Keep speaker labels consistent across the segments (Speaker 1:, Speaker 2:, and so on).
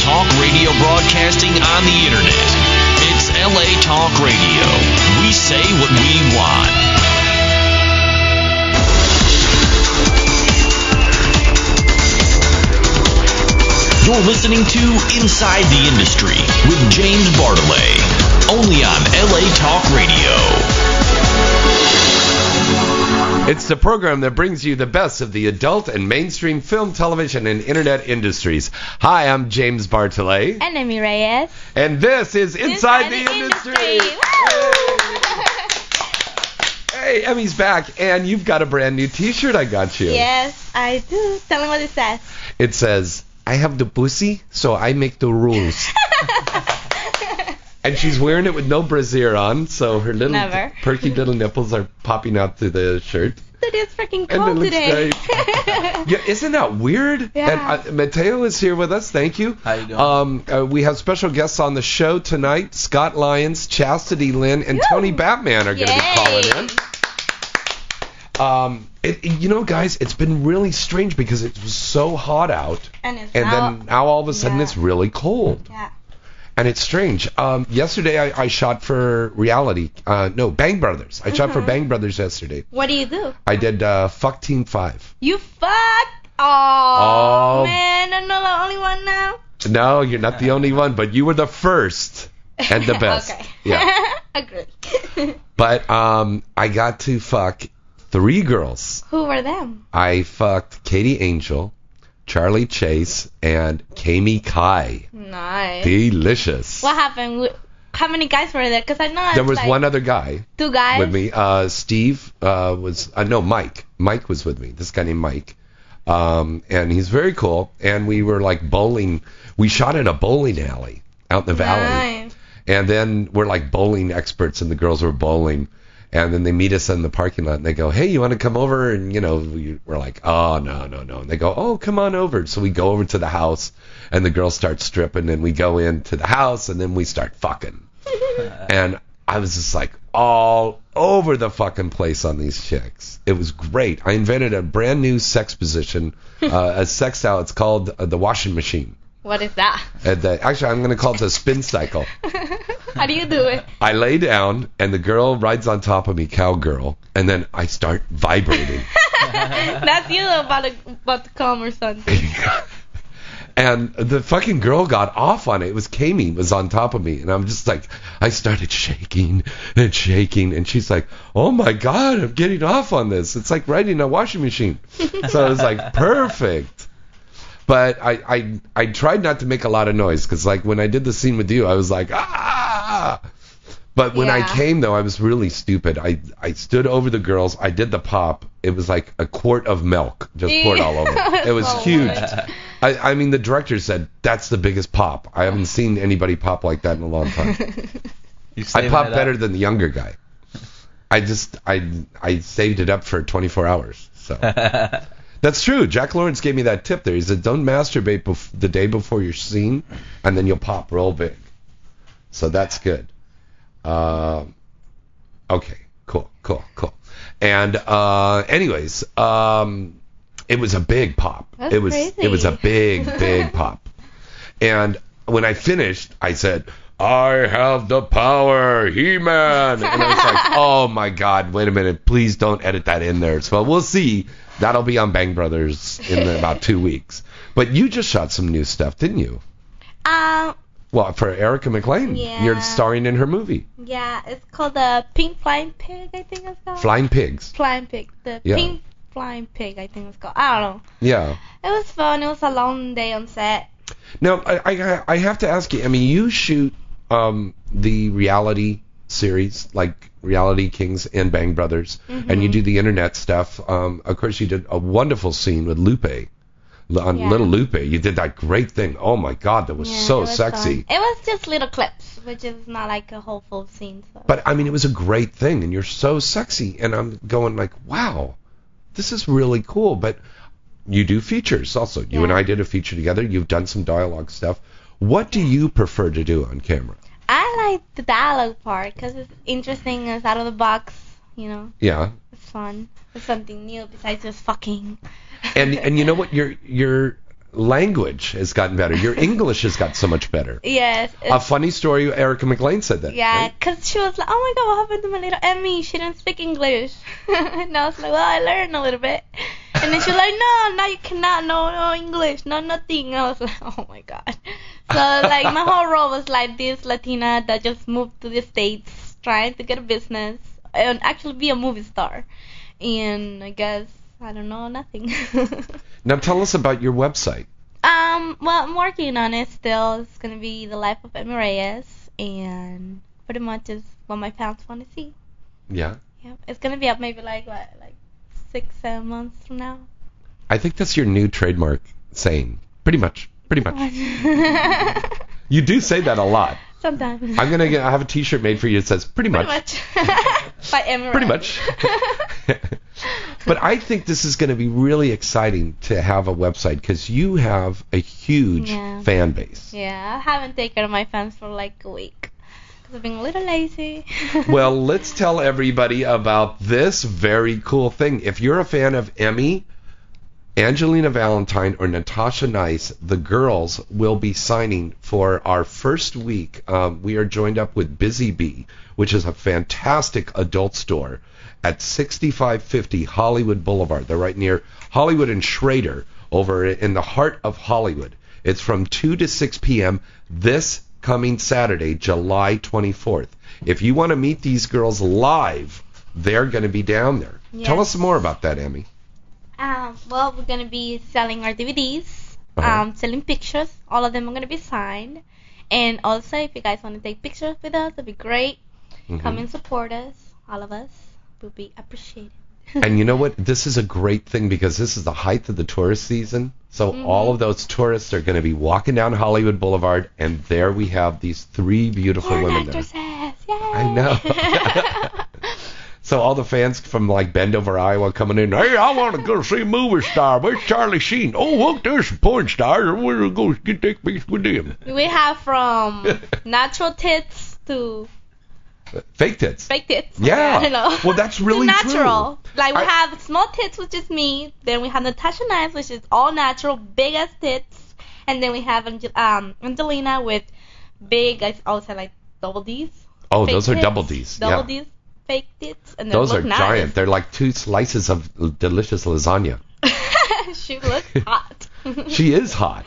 Speaker 1: talk radio broadcasting on the internet. It's LA Talk Radio. We say what we want. You're listening to Inside the Industry with James Bartolet, only on LA Talk Radio.
Speaker 2: It's the program that brings you the best of the adult and mainstream film, television, and internet industries. Hi, I'm James Bartolet,
Speaker 3: And Amy Reyes.
Speaker 2: and this is Inside, the, Industry. Hey, Emmy's back, and you've got a brand new T-shirt I got you.
Speaker 3: Yes, I do. Tell me what it says.
Speaker 2: It says, "I have the pussy, so I make the rules." and she's wearing it with no brassiere on, so her little
Speaker 3: Never.
Speaker 2: perky little nipples are popping out through the shirt.
Speaker 3: It is freaking
Speaker 2: And it
Speaker 3: cold
Speaker 2: looks
Speaker 3: today.
Speaker 2: Yeah, isn't that weird?
Speaker 3: Yeah.
Speaker 2: And uh, Mateo is here with us. Thank you.
Speaker 4: How you doing?
Speaker 2: Um, uh, we have special guests on the show tonight. Scott Lyons, Chastity Lynn, and Tony Batman are going to be calling in. Um, it, it- you know, guys, it's been really strange because it was so hot out,
Speaker 3: And it's
Speaker 2: and
Speaker 3: now,
Speaker 2: then now all of a sudden
Speaker 3: yeah.
Speaker 2: it's really cold,
Speaker 3: Yeah.
Speaker 2: and it's strange. Um, yesterday I, I shot for reality. Uh, no, Bang Brothers. I shot for
Speaker 3: Mm-hmm.
Speaker 2: Bang Brothers yesterday.
Speaker 3: What do you do?
Speaker 2: I did uh, Fuck Team Five.
Speaker 3: You fuck. Oh,
Speaker 2: Oh.
Speaker 3: man, I'm not the only one now.
Speaker 2: No, you're not the only one, but you were the first and the best.
Speaker 3: okay.
Speaker 2: Yeah.
Speaker 3: Agree.
Speaker 2: But um, I got to fuck three girls.
Speaker 3: Who were them?
Speaker 2: I fucked Katie Angel, Charlie Chase, and Kami Kai.
Speaker 3: Nice.
Speaker 2: Delicious.
Speaker 3: What happened? Wh- How many guys were there? Because I know
Speaker 2: There
Speaker 3: it's
Speaker 2: was
Speaker 3: like
Speaker 2: one other guy
Speaker 3: two guys.
Speaker 2: with me. Uh, Steve uh, was uh, no Mike. Mike was with me. This guy named Mike. Um, and he's very cool. And we were like bowling. We shot in a bowling alley out in the valley.
Speaker 3: Nice.
Speaker 2: And then we're like bowling experts, and the girls were bowling. And then they meet us in the parking lot, and they go, "Hey, you want to come over?" And you know, we- we're like, "Oh, no, no, no." And they go, "Oh, come on over." So we go over to the house, and the girls start stripping, and we go into the house, and then we start fucking. and I was just like all over the fucking place on these chicks. It was great. I invented a brand new sex position, uh, a sex style. It's called uh, the washing machine.
Speaker 3: What is that?
Speaker 2: Uh, the, actually, I'm going to call it the spin cycle.
Speaker 3: How do you do it?
Speaker 2: I lay down and the girl rides on top of me, cowgirl, and then I start vibrating.
Speaker 3: That's you about to, about to come or something.
Speaker 2: and the fucking girl got off on it. It was Kami was on top of me, and I'm just like, I started shaking and shaking, and she's like, Oh my god, I'm getting off on this. It's like riding a washing machine. so I was like, perfect. But I, I I tried not to make a lot of noise because like when I did the scene with you, I was like ah. But when
Speaker 3: Yeah.
Speaker 2: I came though, I was really stupid. I I stood over the girls. I did the pop. It was like a quart of milk just poured all over. It was
Speaker 3: Oh,
Speaker 2: huge.
Speaker 3: Lord.
Speaker 2: I, I mean, the director said that's the biggest pop. I haven't seen anybody pop like that in a long time. I
Speaker 4: You saving
Speaker 2: pop
Speaker 4: it up.
Speaker 2: better than the younger guy. I just I I saved it up for 24 hours. So that's true. Jack Lawrence gave me that tip there. He said don't masturbate bef- the day before your scene, and then you'll pop real big. So that's good. Um, okay, cool, cool, cool. And uh, anyways, um, it was a big pop.
Speaker 3: That's
Speaker 2: it was it
Speaker 3: crazy.
Speaker 2: was a big big pop. And when I finished, I said, "I have the power, He-Man." And I was like, "Oh my God, wait a minute, please don't edit that in there." So we'll see. That'll be on Bang Brothers in about two weeks. But you just shot some new stuff, didn't you?
Speaker 3: Um,
Speaker 2: Well, for Erica McLean,
Speaker 3: Yeah.
Speaker 2: you're starring in her movie.
Speaker 3: yeah, it's called the pink flying pig. I think it's called.
Speaker 2: Flying Pigs.
Speaker 3: Flying pig. The
Speaker 2: Yeah.
Speaker 3: pink flying pig. I think it's called. I don't
Speaker 2: Yeah.
Speaker 3: know. It was fun. It was a long day on set.
Speaker 2: Now, I, I I have to ask you. I mean, you shoot um the reality series like Reality Kings and Bang Brothers, and
Speaker 3: Mm-hmm.
Speaker 2: you do the internet stuff. Um, of course, you did a wonderful scene with Lupe. L- On
Speaker 3: Yeah.
Speaker 2: Little Lupe, you did that great thing. Oh my God, that was
Speaker 3: Yeah,
Speaker 2: so
Speaker 3: it was
Speaker 2: sexy.
Speaker 3: fun. It was just little clips, which is not like a whole full scene. So.
Speaker 2: But I mean, it was a great thing, and you're so sexy. And I'm going like, wow, this is really cool. But you do features also. You and
Speaker 3: Yeah.
Speaker 2: I did a feature together. You've done some dialogue stuff. What do you prefer to do on camera?
Speaker 3: I like the dialogue part because it's interesting. It's out of the box. You know,
Speaker 2: Yeah.
Speaker 3: it's fun. It's something new besides just fucking.
Speaker 2: And and you know what? You're you're language has gotten better. Your English has got so much better.
Speaker 3: Yes.
Speaker 2: A funny story, Erica McLean said that.
Speaker 3: Yeah,
Speaker 2: right?
Speaker 3: 'cause she was like, oh my god, what happened to my little Emmy? She didn't speak English. and I was like, well, I learned a little bit. And then she was like, no, now you cannot know no English, no nothing. I was like, oh my god. So, like, my whole role was like this Latina that just moved to the States trying to get a business and actually be a movie star. And I guess I don't know nothing.
Speaker 2: Now tell us about your website.
Speaker 3: Um, well, I'm working on it still. It's gonna be the life of Emmy Reyes, and pretty much is what my fans want to see.
Speaker 2: Yeah.
Speaker 3: Yeah, it's gonna be up maybe like what, like six, seven months from now.
Speaker 2: I think that's your new trademark saying. Pretty much. Pretty much. You do say that a lot.
Speaker 3: Sometimes.
Speaker 2: I'm gonna get, I have a T-shirt made for you that says pretty
Speaker 3: pretty
Speaker 2: much.
Speaker 3: much. By Emmy.
Speaker 2: Pretty
Speaker 3: Reyes.
Speaker 2: but I think this is going to be really exciting to have a website because you have a huge
Speaker 3: Yeah.
Speaker 2: fan base.
Speaker 3: yeah, I haven't taken care of my fans for like a week. Cause I've been a little lazy.
Speaker 2: Well, let's tell everybody about this very cool thing. If you're a fan of Emmy, Angelina Valentine, or Natasha Nice, the girls will be signing for our first week. Um, we are joined up with Busy Bee, which is a fantastic adult store at 6550 Hollywood Boulevard. They're right near Hollywood and Schrader over in the heart of Hollywood. It's from 2 to 6 p.m. this coming Saturday, July 24th. If you want to meet these girls live, they're going to be down there. Tell
Speaker 3: Yes.
Speaker 2: us some more about that, Emmy.
Speaker 3: Um, well, we're gonna be selling our DVDs,
Speaker 2: Uh-huh.
Speaker 3: um, selling pictures. All of them are gonna be signed, and also if you guys want to take pictures with us, it'd be great.
Speaker 2: Mm-hmm.
Speaker 3: Come and support us, all of us. We'll be appreciated.
Speaker 2: And you know what? This is a great thing because this is the height of the tourist season. So
Speaker 3: Mm-hmm.
Speaker 2: all of those tourists are going to be walking down Hollywood Boulevard, and there we have these three beautiful
Speaker 3: Porn
Speaker 2: women there.
Speaker 3: actresses, yay!
Speaker 2: I know. so all the fans from like Bendover, Iowa, coming in. Hey, I want to go see a movie star. Where's Charlie Sheen? Oh, look, there's some porn stars. We're gonna go get that piece with them.
Speaker 3: We have from natural tits to
Speaker 2: Fake tits.
Speaker 3: fake tits.
Speaker 2: Yeah.
Speaker 3: I don't know.
Speaker 2: Well, that's
Speaker 3: To
Speaker 2: really true.
Speaker 3: natural. Like we
Speaker 2: I-
Speaker 3: have small tits, which is me. Then we have Natasha Nice, which is all natural, big ass tits. And then we have Angel- um, Angelina with big, I also like double D's.
Speaker 2: Oh,
Speaker 3: fake
Speaker 2: those are
Speaker 3: tits,
Speaker 2: double D's.
Speaker 3: Double
Speaker 2: yeah.
Speaker 3: D's, fake tits, and they
Speaker 2: Those are
Speaker 3: look nice.
Speaker 2: giant. They're like two slices of delicious lasagna.
Speaker 3: she looks hot.
Speaker 2: She is hot.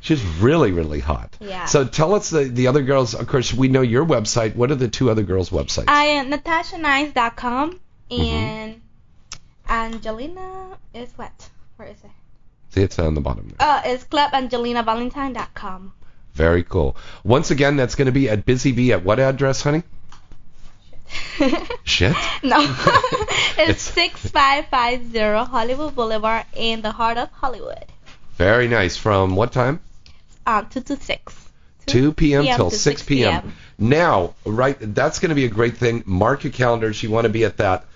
Speaker 2: She's really, really hot.
Speaker 3: Yeah.
Speaker 2: So tell us the, the other girls. Of course, we know your website. What are the two other girls' websites?
Speaker 3: I am NatashaNice.com
Speaker 2: Mm-hmm.
Speaker 3: and Angelina is what? Where is it?
Speaker 2: See, it's on the bottom there.
Speaker 3: Oh, it's ClubAngelinaValentine.com.
Speaker 2: Very cool. Once again, that's going to be at Busy Bee at what address, honey? Shit.
Speaker 3: No, it's
Speaker 2: It's-
Speaker 3: 6550 Hollywood Boulevard in the heart of Hollywood.
Speaker 2: Very nice. From what time?
Speaker 3: Um, 226.
Speaker 2: 2 p.m. till
Speaker 3: to
Speaker 2: 6 p.m.
Speaker 3: p.m.
Speaker 2: Now, right, that's going to be a great thing. Mark your calendars. You want to be at that.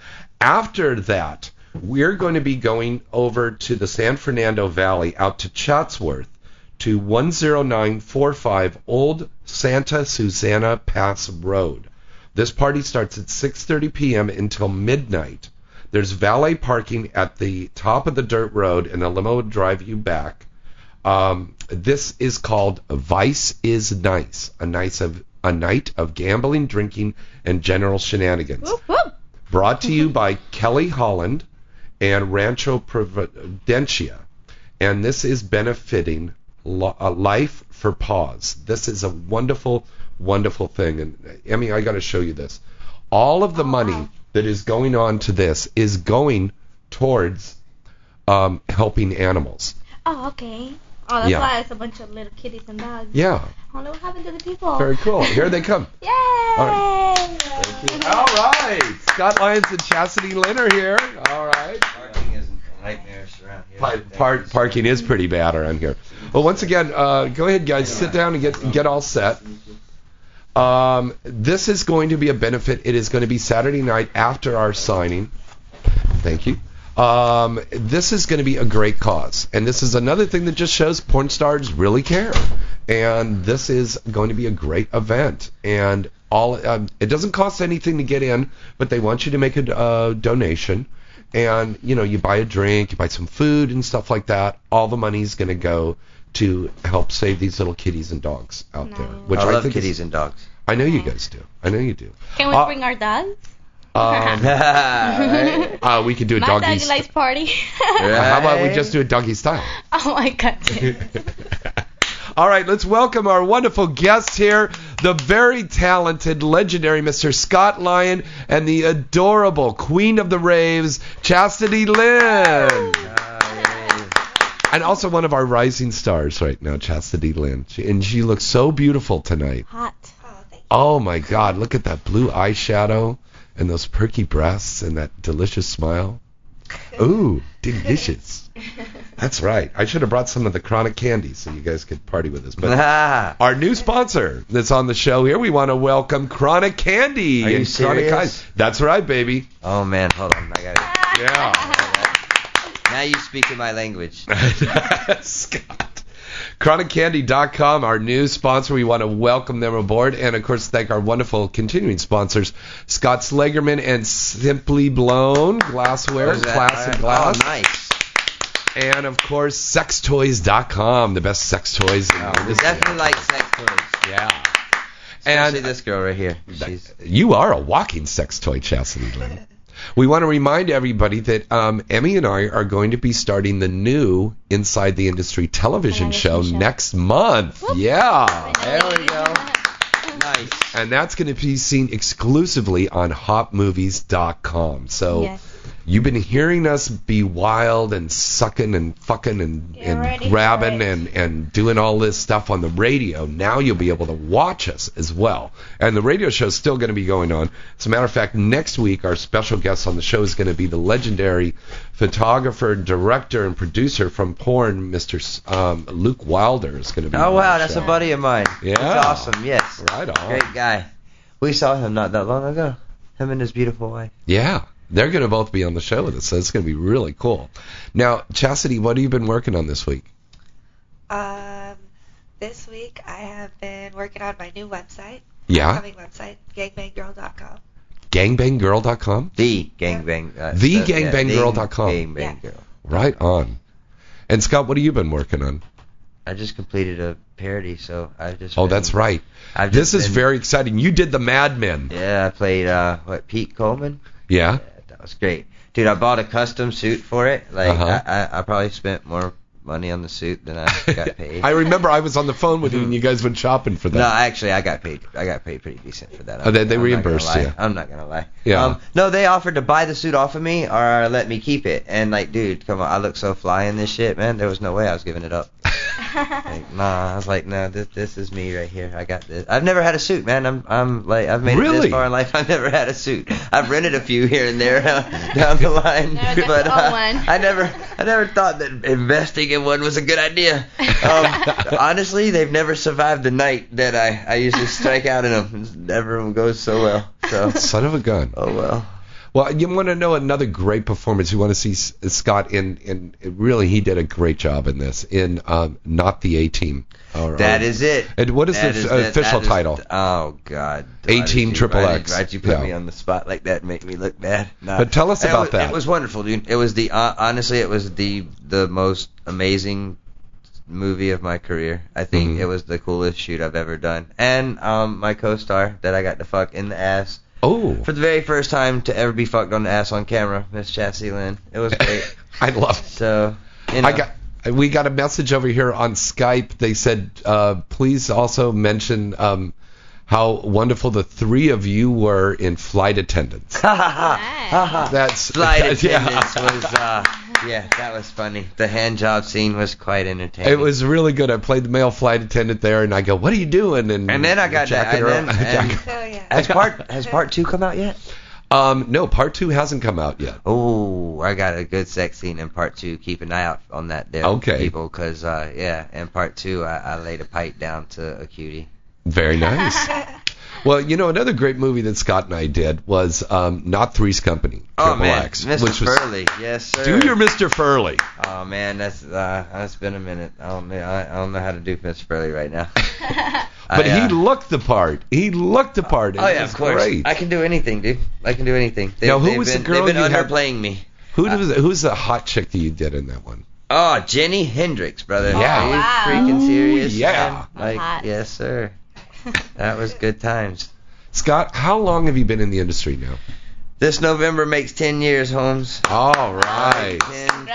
Speaker 2: After that, we're going to be going over to the San Fernando Valley, out to Chatsworth, to 10945 Old Santa Susana Pass Road. This party starts at 6:30 p.m. until midnight. There's valet parking at the top of the dirt road, and the limo would drive you back. Um, this is called Vice is Nice, a nice of a night of gambling, drinking, and general shenanigans.
Speaker 3: Whoop, whoop.
Speaker 2: Brought to you by Kelly Holland and Rancho Providencia, and this is benefiting Lo- uh, Life for Pause. This is a wonderful, wonderful thing, and uh, Emmy, I got to show you this. All of the money that is going on to this is going towards um, helping animals.
Speaker 3: Oh, okay. Oh, that's
Speaker 2: Yeah.
Speaker 3: why it's a bunch of little kitties and dogs.
Speaker 2: Yeah.
Speaker 3: Oh, look what happened to the people.
Speaker 2: Very cool. Here they come. Oh.
Speaker 3: Yay!
Speaker 2: All right. Scott Lyons and Chastity Lynn are here. All right.
Speaker 4: Parking is nightmarish around here.
Speaker 2: Pa- par- parking is pretty bad around here. Well, once again, uh, go ahead, guys. Sit down and get get all set. Um, this is going to be a benefit. It is going to be Saturday night after our signing. Thank you. Um, this is going to be a great cause, and this is another thing that just shows porn stars really care. And this is going to be a great event. And all um, it doesn't cost anything to get in, but they want you to make a uh, donation. and you know you buy a drink, you buy some food and stuff like that. All the money's going to go to help save these little kitties and dogs out there,
Speaker 3: Nice.
Speaker 2: which
Speaker 4: I
Speaker 2: I,
Speaker 4: love
Speaker 2: think is-
Speaker 4: kitties and dogs.
Speaker 2: I know you guys do. I know you do.
Speaker 3: Can we
Speaker 2: Uh,
Speaker 3: bring our dogs?
Speaker 2: Um,
Speaker 4: Right?
Speaker 2: uh, we could do a
Speaker 3: My
Speaker 2: doggy.
Speaker 3: dog
Speaker 2: st-
Speaker 3: likes party.
Speaker 2: How about we
Speaker 4: Right?
Speaker 2: just do a doggy style?
Speaker 3: oh my god.
Speaker 2: All right, let's welcome our wonderful guests here, the very talented, legendary Mr. Scott Lyon and the adorable Queen of the Raves, Chastity Lynn.
Speaker 4: Ah,
Speaker 2: And also one of our rising stars right now, Chastity Lynn. She, and she looks so beautiful tonight.
Speaker 3: Hot.
Speaker 2: Oh my God, look at that blue eyeshadow and those perky breasts and that delicious smile. Ooh, delicious. That's right. I should have brought some of the chronic candy so you guys could party with us. But
Speaker 4: Ah,
Speaker 2: our new sponsor that's on the show here, we want to welcome Chronic Candy.
Speaker 4: Are you
Speaker 2: and Chronic
Speaker 4: serious?
Speaker 2: Ice. That's right, baby.
Speaker 4: oh man, hold on. I got it.
Speaker 2: Yeah.
Speaker 4: Now you speak in my language.
Speaker 2: Scott. ChronicCandy.com, our new sponsor. We want to welcome them aboard and, of course, thank our wonderful continuing sponsors, Scott Slagerman and Simply Blown Glassware,
Speaker 4: Where's that?
Speaker 2: Class and Glass.
Speaker 4: Oh, nice.
Speaker 2: And, of course, SexToys.com, the best sex toys. in
Speaker 4: We
Speaker 2: this
Speaker 4: definitely like sex toys.
Speaker 2: Yeah.
Speaker 4: Especially
Speaker 2: And-
Speaker 4: this girl right here. She's
Speaker 2: You are a walking sex toy, Chastity Lynn. We want to remind everybody that um, Emmy and I are going to be starting the new Inside the Industry television show
Speaker 3: Television show.
Speaker 2: next month. Yeah.
Speaker 4: There we go. nice.
Speaker 2: And that's going to be seen exclusively on hotmovies.com. So
Speaker 3: Yes.
Speaker 2: you've been hearing us be wild and sucking and fucking and,
Speaker 3: Get ready
Speaker 2: and
Speaker 3: for
Speaker 2: grabbing
Speaker 3: it.
Speaker 2: and, and doing all this stuff on the radio. Now you'll be able to watch us as well. And the radio show's still going to be going on. As a matter of fact, next week our special guest on the show is going to be the legendary photographer, director, and producer from porn, Mr. S- Um, Luke Wilder is going to be.
Speaker 4: Oh
Speaker 2: on
Speaker 4: wow,
Speaker 2: the
Speaker 4: that's
Speaker 2: show.
Speaker 4: a buddy of mine.
Speaker 2: Yeah.
Speaker 4: That's awesome. Yes.
Speaker 2: Right on.
Speaker 4: Great guy. We saw him not that long ago. Him and his beautiful wife.
Speaker 2: Yeah, they're going to both be on the show with us, so it's going to be really cool. Now, Chastity, what have you been working on this week?
Speaker 5: Um, this week I have been working on my new website,
Speaker 2: Yeah,
Speaker 5: coming website, gangbanggirl.com.
Speaker 2: gangbanggirl.com.
Speaker 4: The gangbang. Uh,
Speaker 2: The
Speaker 4: uh, yeah,
Speaker 2: gangbanggirl.com.
Speaker 4: Gangbang girl.
Speaker 2: Right on. And Scott, what have you been working on?
Speaker 4: I just completed a parody, so I just.
Speaker 2: Oh,
Speaker 4: been-
Speaker 2: that's right.
Speaker 4: I've
Speaker 2: This
Speaker 4: just
Speaker 2: is
Speaker 4: been-
Speaker 2: very exciting. You did the Mad Men.
Speaker 4: Yeah, I played uh, what Pete Coleman.
Speaker 2: Yeah.
Speaker 4: Yeah, that was great, dude. I bought a custom suit for it. Like
Speaker 2: Uh-huh.
Speaker 4: I, I, I probably spent more money on the suit than I got paid. Mm-hmm.
Speaker 2: I remember I was on the phone with you and you guys went shopping for that.
Speaker 4: No, actually, I got paid. I got paid pretty decent for that.
Speaker 2: Oh, they- they
Speaker 4: I'm not gonna
Speaker 2: reimbursed
Speaker 4: lie.
Speaker 2: you.
Speaker 4: I'm not gonna lie.
Speaker 2: Yeah.
Speaker 4: Um, no, they offered to buy the suit off of me or let me keep it. And like, dude, come on, I look so fly in this shit, man. There was no way I was giving it up. like, nah, I was like, no, this this is me right here. I got this. I've never had a suit, man. I'm I'm like, I've made it
Speaker 2: Really?
Speaker 4: this far in life. I've never had a suit. I've rented a few here and there down the line,
Speaker 3: No, that's
Speaker 4: but
Speaker 3: the
Speaker 4: uh,
Speaker 3: old one.
Speaker 4: I never I never thought that investing in one was a good idea. Um, honestly, they've never survived the night that I, I usually strike out in them. Never goes so well. So,
Speaker 2: Son of a gun.
Speaker 4: oh well.
Speaker 2: Well, you want to know another great performance? You want to see S- Scott in, in really? He did a great job in this in um, not the A Team.
Speaker 4: That is it.
Speaker 2: And what is
Speaker 4: That
Speaker 2: the
Speaker 4: is
Speaker 2: f- uh, official
Speaker 4: that is-
Speaker 2: title?
Speaker 4: oh God.
Speaker 2: 18
Speaker 4: Why did you-
Speaker 2: triple
Speaker 4: why did-
Speaker 2: X.
Speaker 4: Why'd you put
Speaker 2: Yeah.
Speaker 4: me on the spot like that? and Make me look bad. Nah.
Speaker 2: But tell us
Speaker 4: It
Speaker 2: about
Speaker 4: was-
Speaker 2: that.
Speaker 4: It was wonderful, dude. It was the uh, honestly, it was the the most amazing movie of my career. I think
Speaker 2: Mhm.
Speaker 4: it was the coolest shoot I've ever done. And um, my co-star that I got to fuck in the ass
Speaker 2: Oh,
Speaker 4: for the very first time to ever be fucked on the ass on camera, Miss Chassie Lynn. It was great.
Speaker 2: I love it.
Speaker 4: so, you know,
Speaker 2: I got. We got a message over here on Skype. They said, uh, please also mention um, how wonderful the three of you were in flight attendants. That's
Speaker 4: flight
Speaker 2: yeah.
Speaker 4: attendants was uh, yeah, that was funny. The hand job scene was quite entertaining.
Speaker 2: It was really good. I played the male flight attendant there, and I go, "What are you doing?" And,
Speaker 4: And then I got
Speaker 2: Jack
Speaker 4: that-
Speaker 2: and
Speaker 4: and
Speaker 2: Earl-
Speaker 4: then-
Speaker 2: Jack-
Speaker 4: and-
Speaker 5: So yeah.
Speaker 4: Has part has part two come out yet?
Speaker 2: um, no, part two hasn't come out yet.
Speaker 4: Oh, I got a good sex scene in part two. Keep an eye out on that there,
Speaker 2: Okay.
Speaker 4: people, because uh, yeah, in part two, I, I laid a pipe down to a cutie.
Speaker 2: Very nice. well, you know, another great movie that Scott and I did was um, not Three's Company,
Speaker 4: Oh
Speaker 2: Triple
Speaker 4: man,
Speaker 2: X,
Speaker 4: Mr.
Speaker 2: which was
Speaker 4: Furley, yes sir.
Speaker 2: do your Mr. Furley.
Speaker 4: Oh man, that's uh, that's been a minute. I don't know, I, I don't know how to do Mr. Furley right now.
Speaker 2: But
Speaker 4: I, uh,
Speaker 2: he looked the part. He looked the part. It
Speaker 4: Oh yeah,
Speaker 2: was
Speaker 4: of course.
Speaker 2: Great.
Speaker 4: I can do anything, dude. I can do anything. They,
Speaker 2: Now, who
Speaker 4: they've
Speaker 2: was the
Speaker 4: been,
Speaker 2: girl
Speaker 4: They've been
Speaker 2: you had-
Speaker 4: underplaying me.
Speaker 2: Who was who's the hot chick that you did in that one?
Speaker 4: Oh, Jenny Hendrix, brother.
Speaker 2: Yeah.
Speaker 4: Are you
Speaker 3: Wow.
Speaker 4: freaking serious?
Speaker 2: yeah.
Speaker 4: man? Like,
Speaker 3: Hot.
Speaker 4: yes, sir. That was good times.
Speaker 2: Scott, how long have you been in the industry now?
Speaker 4: This November makes 10 years, Holmes.
Speaker 2: All right.
Speaker 4: Like 10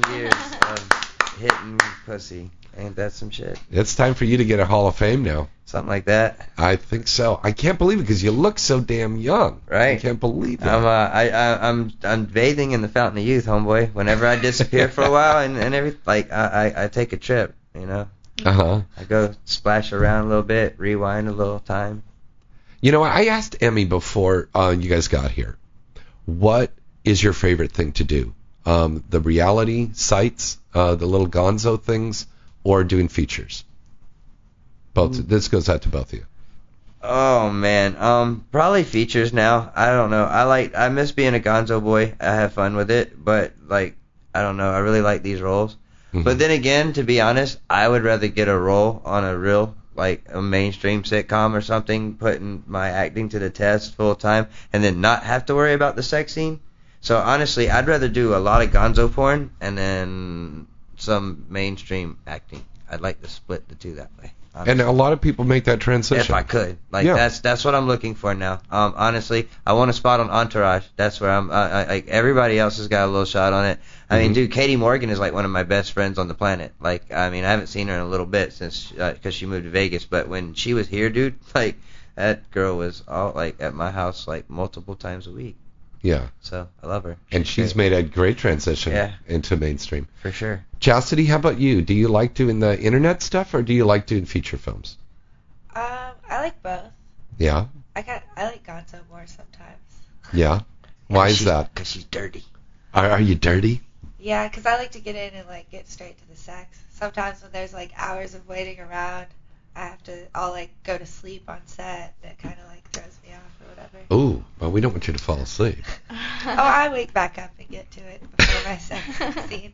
Speaker 4: fucking years of hitting pussy. Ain't that some shit?
Speaker 2: It's time for you to get a Hall of Fame now.
Speaker 4: Something like that.
Speaker 2: I think so. I can't believe it because you look so damn young. I
Speaker 4: Right.
Speaker 2: can't believe it.
Speaker 4: I'm uh, I, I I'm I'm bathing in the fountain of youth, homeboy. Whenever I disappear for a while and and every like I, I I take a trip, you know.
Speaker 2: uh-huh.
Speaker 4: I go splash around a little bit, rewind a little time.
Speaker 2: You know, I asked Emmy before uh, you guys got here, what is your favorite thing to do? Um, the reality sites, uh, the little gonzo things, or doing features? Both.
Speaker 4: Mm.
Speaker 2: This goes out to both of you.
Speaker 4: Oh man, um, probably features now. I don't know. I like I miss being a Gonzo boy. I have fun with it, but like I don't know. I really like these roles.
Speaker 2: Mm-hmm.
Speaker 4: But then again, to be honest, I would rather get a role on a real like a mainstream sitcom or something, putting my acting to the test full time, and then not have to worry about the sex scene. So honestly, I'd rather do a lot of Gonzo porn and then some mainstream acting. I'd like to split the two that way. honestly.
Speaker 2: And a lot of people make that transition.
Speaker 4: If I could, like
Speaker 2: Yeah.
Speaker 4: that's that's what I'm looking for now. Um, honestly, I want a spot on Entourage. That's where I'm. I, I, like everybody else has got a little shot on it. I
Speaker 2: Mm-hmm.
Speaker 4: mean, dude, Katie Morgan is like one of my best friends on the planet. Like, I mean, I haven't seen her in a little bit since because she moved to Vegas. But when she was here, dude, like that girl was all like at my house like multiple times a week.
Speaker 2: Yeah.
Speaker 4: So I love her.
Speaker 2: And she's made a great transition
Speaker 4: Yeah.
Speaker 2: into mainstream.
Speaker 4: for sure.
Speaker 2: Chastity, how about you? Do you like doing the internet stuff or do you like doing feature films?
Speaker 5: Um, I like both.
Speaker 2: Yeah.
Speaker 5: I got I like Gonzo more sometimes.
Speaker 2: Yeah. Why is that?
Speaker 4: Because she's dirty.
Speaker 2: Are, are you dirty?
Speaker 5: Yeah, 'cause I like to get in and like get straight to the sex. Sometimes when there's like hours of waiting around, I have to I'll like go to sleep on set. That kind of like throws me off or whatever.
Speaker 2: Ooh, well, we don't want you to fall asleep.
Speaker 5: Oh,
Speaker 2: Ah.
Speaker 5: I wake back up and get to it before my sex scene.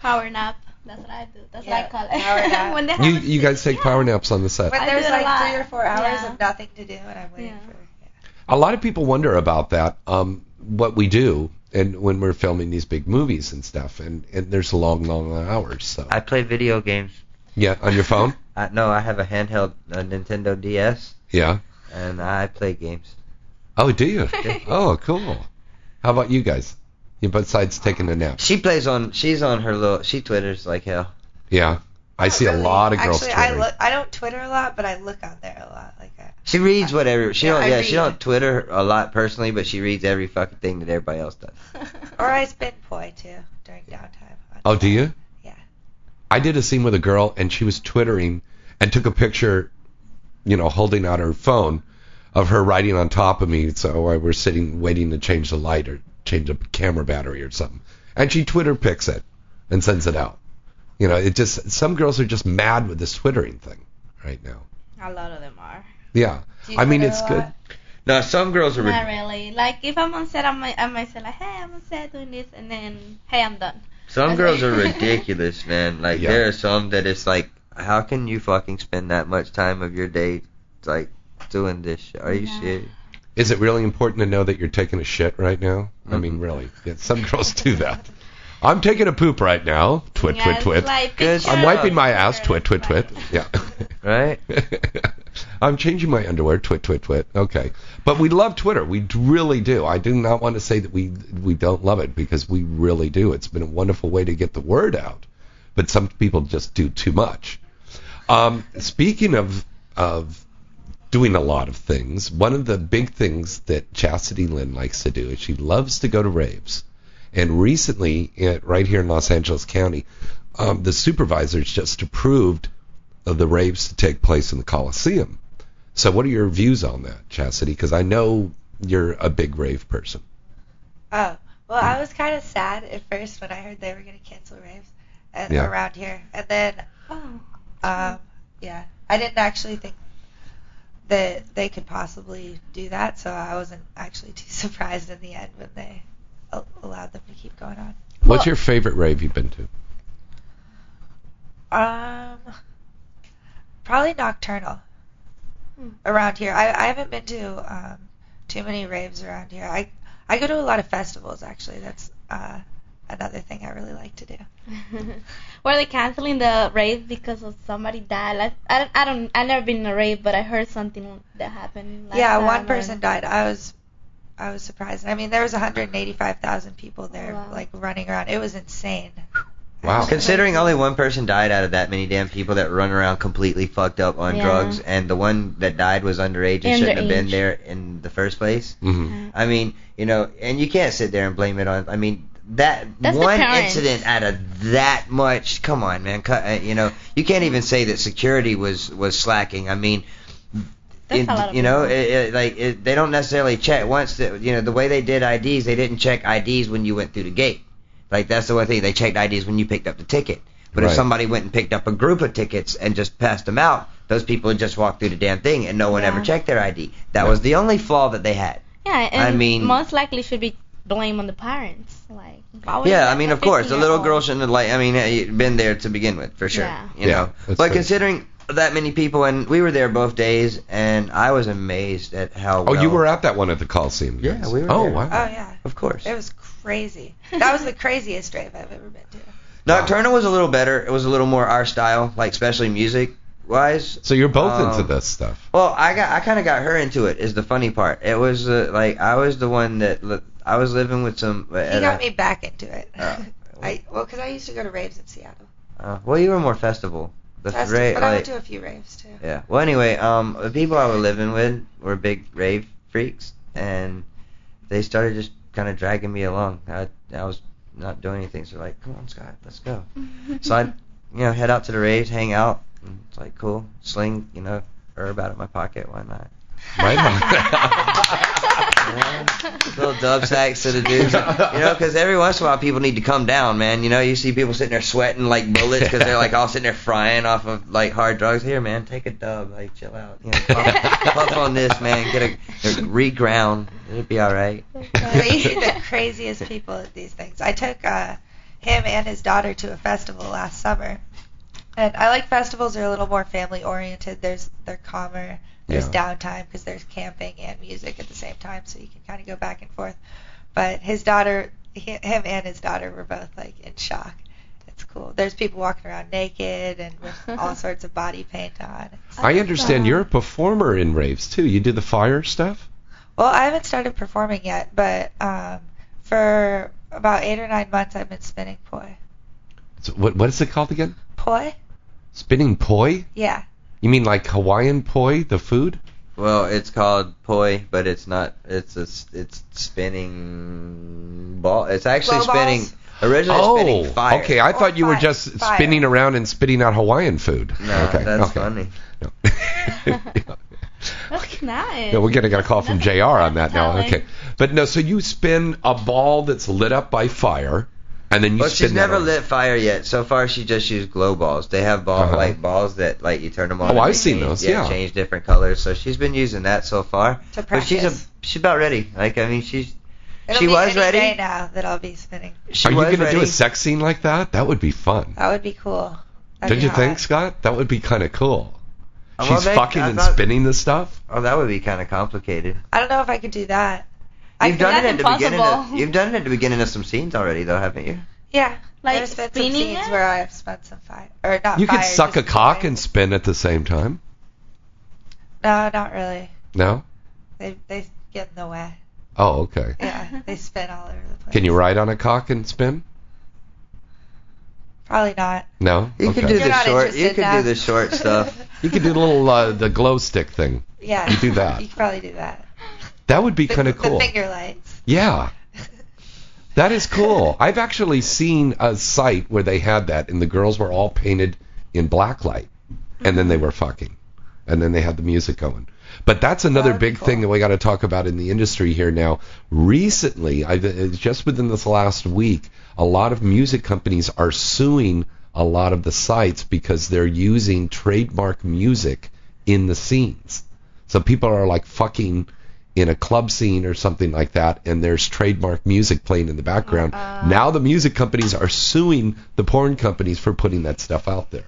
Speaker 3: Power nap. That's what I do. That's
Speaker 5: Yeah,
Speaker 3: what I call it.
Speaker 5: power nap.
Speaker 3: when they
Speaker 2: You,
Speaker 3: haven't-
Speaker 2: you guys take power naps on the set.
Speaker 5: When
Speaker 3: I
Speaker 5: there's
Speaker 3: do it a
Speaker 5: like three
Speaker 3: lot.
Speaker 5: or four hours
Speaker 3: Yeah.
Speaker 5: of nothing to do and I'm waiting
Speaker 3: Yeah.
Speaker 5: for.
Speaker 2: A lot of people wonder about that. Um, what we do, and when we're filming these big movies and stuff, and, and there's long, long hours. So
Speaker 4: I play video games.
Speaker 2: yeah, on your phone.
Speaker 4: I, no, I have a handheld uh, Nintendo DS
Speaker 2: Yeah.
Speaker 4: and I play games.
Speaker 2: Oh, do you? Oh, cool. How about you guys? You besides taking a nap?
Speaker 4: She plays on. She's on her little. She twitters like hell.
Speaker 2: Yeah. I see a
Speaker 5: Really,
Speaker 2: lot of girls
Speaker 5: Actually, I
Speaker 2: twittering.
Speaker 5: look. I don't Twitter a lot, but I look on there a lot. Like uh, I,
Speaker 4: She reads whatever. She
Speaker 5: Yeah,
Speaker 4: don't.
Speaker 5: I
Speaker 4: Yeah, she
Speaker 5: read.
Speaker 4: don't Twitter a lot personally, but she reads every fucking thing that everybody else does.
Speaker 5: or I spin poi too during downtime. on
Speaker 2: Oh, do
Speaker 5: set.
Speaker 2: you?
Speaker 5: Yeah.
Speaker 2: I did a scene with a girl and she was twittering and took a picture, you know, holding out her phone of her riding on top of me. So I were sitting waiting to change the light or change a camera battery or something. And she Twitter picks it and sends it out. You know, it just some girls are just mad with this twittering thing right now.
Speaker 3: A lot of them are.
Speaker 2: Yeah,
Speaker 5: Do you
Speaker 2: I mean
Speaker 5: Twitter
Speaker 2: it's
Speaker 5: a
Speaker 2: good.
Speaker 5: lot?
Speaker 4: No, some girls are.
Speaker 3: Not really. Like if I'm on set, I might, I might say like, hey, I'm on set doing this, and then hey, I'm done.
Speaker 4: Some girls are ridiculous, man. Like
Speaker 2: Yeah.
Speaker 4: there are some that it's like, how can you fucking spend that much time of your day like doing this? shit? Are you
Speaker 3: Yeah.
Speaker 4: serious?
Speaker 2: Is it really important to know that you're taking a shit right now? I mean,
Speaker 5: Mm-hmm.
Speaker 2: really, yeah, some girls do that. I'm taking a poop right now. Twit,
Speaker 3: Yeah,
Speaker 2: twit,
Speaker 3: it's
Speaker 2: twit.
Speaker 3: like
Speaker 4: Good
Speaker 3: picture-
Speaker 2: I'm
Speaker 4: Yeah.
Speaker 2: wiping my ass,
Speaker 3: picture,
Speaker 2: twit, twit,
Speaker 3: like-
Speaker 2: twit. Yeah.
Speaker 4: Right?
Speaker 2: I'm changing my underwear, twit, twit, twit. Okay. But we love Twitter. We d- really do. I do not want to say that we we don't love it because we really do. It's been a wonderful way to get the word out. But some people just do too much. Um, speaking of of doing a lot of things, one of the big things that Chastity Lynn likes to do is she loves to go to raves. And recently, at, right here in Los Angeles County, um, the supervisors just approved of the rapes to take place in the Coliseum. So, what are your views on that, Chastity? Because I know you're a big rave person.
Speaker 5: Oh, well, I was kind of sad at first when I heard they were going to cancel raves at,
Speaker 2: Yeah.
Speaker 5: around here. And then,
Speaker 3: Oh.
Speaker 5: um, yeah, I didn't actually think that they could possibly do that, so I wasn't actually too surprised in the end when they a- allowed them to keep going on.
Speaker 2: What's your favorite rave you've been to?
Speaker 5: Um, probably nocturnal
Speaker 3: Hmm.
Speaker 5: around here. I, I haven't been to um, too many raves around here. I I go to a lot of festivals actually. That's uh, another thing I really like to do.
Speaker 3: Were they canceling the rave because of somebody died? Like, I don't, I don't, I never been in a rave, but I heard something that happened. Last
Speaker 5: yeah,
Speaker 3: time
Speaker 5: one
Speaker 3: or-
Speaker 5: person died. I was I was surprised. I mean, there was 185,000 people there,
Speaker 3: Oh, Wow.
Speaker 5: like running around. It was insane.
Speaker 2: Wow.
Speaker 4: Considering only one person died out of that many damn people that run around completely fucked up on
Speaker 3: Yeah.
Speaker 4: drugs, and the one that died was underage and shouldn't have been
Speaker 3: Underage.
Speaker 4: there in the first place.
Speaker 2: Mhm.
Speaker 4: I mean, you know, and you can't sit there and blame it on. I mean, that
Speaker 3: That's the
Speaker 4: one
Speaker 3: parents.
Speaker 4: incident out of that much. Come on, man. Cut- uh, You know, you can't even say that security was was slacking. I mean,
Speaker 3: That's
Speaker 4: it-
Speaker 3: a lot of
Speaker 4: you know,
Speaker 3: people.
Speaker 4: it, it, like it, they don't necessarily check once. The, you know, the way they did IDs, they didn't check IDs when you went through the gate. Like that's the one thing they checked IDs when you picked up the ticket. But if
Speaker 2: Right.
Speaker 4: somebody went and picked up a group of tickets and just passed them out, those people would just walk through the damn thing and no one
Speaker 3: Yeah.
Speaker 4: ever checked their ID. That
Speaker 2: Yeah.
Speaker 4: was the only flaw that they had.
Speaker 3: Yeah, and
Speaker 4: I mean-
Speaker 3: most likely should be blame on the parents. Like, why would
Speaker 4: Yeah,
Speaker 3: you
Speaker 4: I mean,
Speaker 3: let
Speaker 4: of course, the little girl
Speaker 3: 15-year-old?
Speaker 4: shouldn't have like. I mean, eh, been there to begin with, for sure.
Speaker 3: Yeah.
Speaker 4: You
Speaker 2: Yeah,
Speaker 4: know,
Speaker 2: that's
Speaker 4: but
Speaker 2: true.
Speaker 4: considering that many people, and we were there both days, and I was amazed at how.
Speaker 2: Oh,
Speaker 4: well,
Speaker 2: you were at that one at the Coliseum. you
Speaker 4: Yeah,
Speaker 2: guys.
Speaker 4: we were
Speaker 2: Oh,
Speaker 4: there.
Speaker 3: Hmm.
Speaker 4: Uh,
Speaker 2: wow.
Speaker 5: Oh yeah.
Speaker 4: Of course.
Speaker 5: It was crazy. That was the craziest rave I've ever been to.
Speaker 4: Nocturnal was a little better. It was a little more our style, like especially music wise.
Speaker 2: So you're both into
Speaker 4: Um,
Speaker 2: this stuff.
Speaker 4: Well, I got I kind of got her into it. Is the funny part. It was uh, like I was the one that li- I was living with some.
Speaker 5: He got me back into it.
Speaker 4: Oh.
Speaker 5: I well, 'cause I used to go to raves in Seattle.
Speaker 4: Uh, well, you were more festival. The
Speaker 5: That's
Speaker 4: ra-
Speaker 5: but I
Speaker 4: like-
Speaker 5: went to a few raves too.
Speaker 4: Yeah. Well, anyway, um, the people I was living with were big rave freaks, and they started just kind of dragging me along. I, I was not doing anything, so like, come on, Scott, let's go. so I, would you know, head out to the raves, hang out. and It's like cool, sling, you know, herb out of my pocket, why not?
Speaker 2: Right
Speaker 4: Little dub sacks to the dudes, you know, because every once in a while people need to come down, man. You know, you see people sitting there sweating like bullets because they're like all sitting there frying off of like hard drugs. Here, man, take a dub, like chill out, you know, come- Fuck on this, man. Get a reground. It'll be all right.
Speaker 5: They the craziest people at these things. I took uh, him and his daughter to a festival last summer, and I like festivals. They're a little more family oriented. There's they're calmer. There's
Speaker 2: Yeah.
Speaker 5: downtime because there's camping and music at the same time, so you can kind of go back and forth. But his daughter, he, him and his daughter were both like in shock. It's cool. There's people walking around naked and with all sorts of body paint on.
Speaker 2: I understand you're a performer in raves too. You do the fire stuff.
Speaker 5: Well, I haven't started performing yet, but um, for about eight or nine months, I've been spinning poi.
Speaker 2: So what what is it called again?
Speaker 5: Poi?
Speaker 2: Spinning poi?
Speaker 5: Yeah.
Speaker 2: You mean like Hawaiian poi, the food?
Speaker 4: Well, it's called poi, but it's not. It's a. s- It's spinning ball. It's actually
Speaker 5: Glow
Speaker 4: spinning.
Speaker 5: balls?
Speaker 4: Originally spinning fire.
Speaker 2: Oh, okay. I
Speaker 5: Or
Speaker 2: thought you were
Speaker 5: fire-
Speaker 2: just
Speaker 5: fire.
Speaker 2: spinning around and spitting out Hawaiian food.
Speaker 4: No,
Speaker 2: okay.
Speaker 4: that's
Speaker 2: okay.
Speaker 4: funny.
Speaker 2: No.
Speaker 3: That's nice.
Speaker 2: Yeah, we're gonna get a call from
Speaker 3: That's
Speaker 2: JR on that now.
Speaker 3: telling.
Speaker 2: Okay, but no. So you spin a ball that's lit up by fire, and then you
Speaker 4: Well,
Speaker 2: spin
Speaker 4: she's
Speaker 2: that
Speaker 4: never
Speaker 2: around.
Speaker 4: lit fire yet. So far, she just used glow balls. They have ball
Speaker 2: Uh-huh.
Speaker 4: like balls that like you turn them on.
Speaker 2: Oh,
Speaker 4: and
Speaker 2: I've
Speaker 4: they
Speaker 2: seen
Speaker 4: change-
Speaker 2: those, yeah.
Speaker 4: change different colors. So she's been using that so far.
Speaker 5: To
Speaker 4: But she's a.
Speaker 5: practice.
Speaker 4: She's about ready. Like I mean, she's.
Speaker 5: It'll
Speaker 4: she
Speaker 5: be
Speaker 4: was
Speaker 5: any
Speaker 4: ready.
Speaker 5: day now that I'll be spinning.
Speaker 4: She
Speaker 2: Are you
Speaker 4: was
Speaker 2: gonna
Speaker 4: ready. Uh,
Speaker 2: do a sex scene like that? That would be fun.
Speaker 5: That would be cool. That'd
Speaker 2: Don't
Speaker 5: be
Speaker 2: you
Speaker 5: hot.
Speaker 2: think, Scott? That would be kind of cool.
Speaker 4: Oh, Uh, well,
Speaker 2: She's
Speaker 4: they-
Speaker 2: fucking
Speaker 4: I
Speaker 2: and
Speaker 4: thought-
Speaker 2: spinning the stuff.
Speaker 4: Oh, that would be kind of complicated.
Speaker 5: I don't know if I could do that. I
Speaker 4: You've
Speaker 5: could,
Speaker 4: done it at
Speaker 3: that's
Speaker 4: the beginning. Of,
Speaker 3: impossible.
Speaker 4: you've done it at the beginning of some scenes already, though, haven't you?
Speaker 5: Yeah.
Speaker 3: Like
Speaker 5: There's been some
Speaker 3: spinning
Speaker 5: scenes
Speaker 3: it?
Speaker 5: where I've spun some fire. Or not
Speaker 2: You
Speaker 5: fire.
Speaker 2: could suck a
Speaker 5: just
Speaker 2: cock
Speaker 5: fire.
Speaker 2: and spin at the same time.
Speaker 5: No, not really.
Speaker 2: No.
Speaker 5: They, they get in the way.
Speaker 2: Oh, okay.
Speaker 5: Yeah. they spin all over the place.
Speaker 2: Can you ride on a cock and spin?
Speaker 5: Probably not.
Speaker 2: No.
Speaker 4: You
Speaker 2: okay.
Speaker 4: can do
Speaker 5: You're
Speaker 4: the
Speaker 5: not
Speaker 4: short. You
Speaker 5: interested
Speaker 4: can
Speaker 5: now.
Speaker 4: do the short stuff.
Speaker 2: You could do the little uh, the glow stick thing.
Speaker 5: Yeah.
Speaker 2: You do that.
Speaker 5: You could probably do that.
Speaker 2: That would be kind of
Speaker 5: the,
Speaker 2: cool.
Speaker 5: The finger lights.
Speaker 2: Yeah. That is cool. I've actually seen a site where they had that, and the girls were all painted in black light, and then they were fucking, and then they had the music going. But that's another
Speaker 5: That'd be
Speaker 2: big
Speaker 5: cool.
Speaker 2: thing that we got to talk about in the industry here now. Recently, I've, uh, it's just within this last week, a lot of music companies are suing a lot of the sites because they're using trademark music in the scenes. So people are like fucking in a club scene or something like that, and there's trademark music playing in the background. now the music companies are suing the porn companies for putting that stuff out there.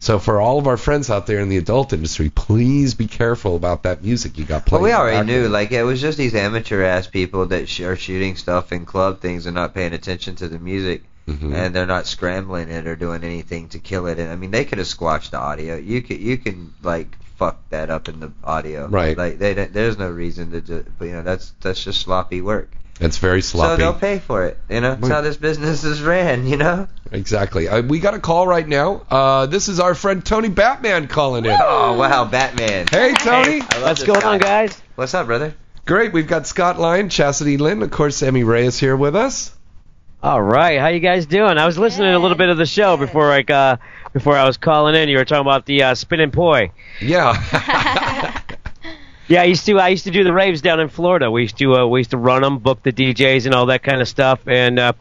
Speaker 2: So for all of our friends out there in the adult industry, please be careful about that music you got
Speaker 4: Well,
Speaker 2: playing.
Speaker 4: we
Speaker 2: in the
Speaker 4: already
Speaker 2: background.
Speaker 4: knew. Like it was just these amateur ass people that sh- are shooting stuff in club things and not paying attention to the music,
Speaker 2: Mhm.
Speaker 4: and they're not scrambling it or doing anything to kill it. And I mean, they could have squashed the audio. You could, you can like fuck that up in the audio.
Speaker 2: Right.
Speaker 4: Like they, don't- there's no reason to. Just, but you know, that's that's just sloppy work.
Speaker 2: It's very sloppy.
Speaker 4: So they'll pay for it. You know, that's
Speaker 2: Right.
Speaker 4: how this business is ran. You know.
Speaker 2: Exactly. Uh, we got a call right now. Uh, this is our friend Tony Batman calling in.
Speaker 4: Oh wow, Batman.
Speaker 2: Hey, Tony.
Speaker 4: I love
Speaker 6: What's
Speaker 4: this
Speaker 6: going
Speaker 4: guy.
Speaker 6: on, guys?
Speaker 4: What's up, brother?
Speaker 2: Great. We've got Scott Lyon, Chastity Lynn, of course, Sammy Ray is here with us.
Speaker 6: All right, how you guys doing? I was listening to a little bit of the show before I uh, before I was calling in. You were talking about the uh, spinning poi.
Speaker 2: Yeah.
Speaker 6: Yeah, I used to I used to do the raves down in Florida. We used to uh, we used to run them, book the DJs and all that kind of stuff, and uh,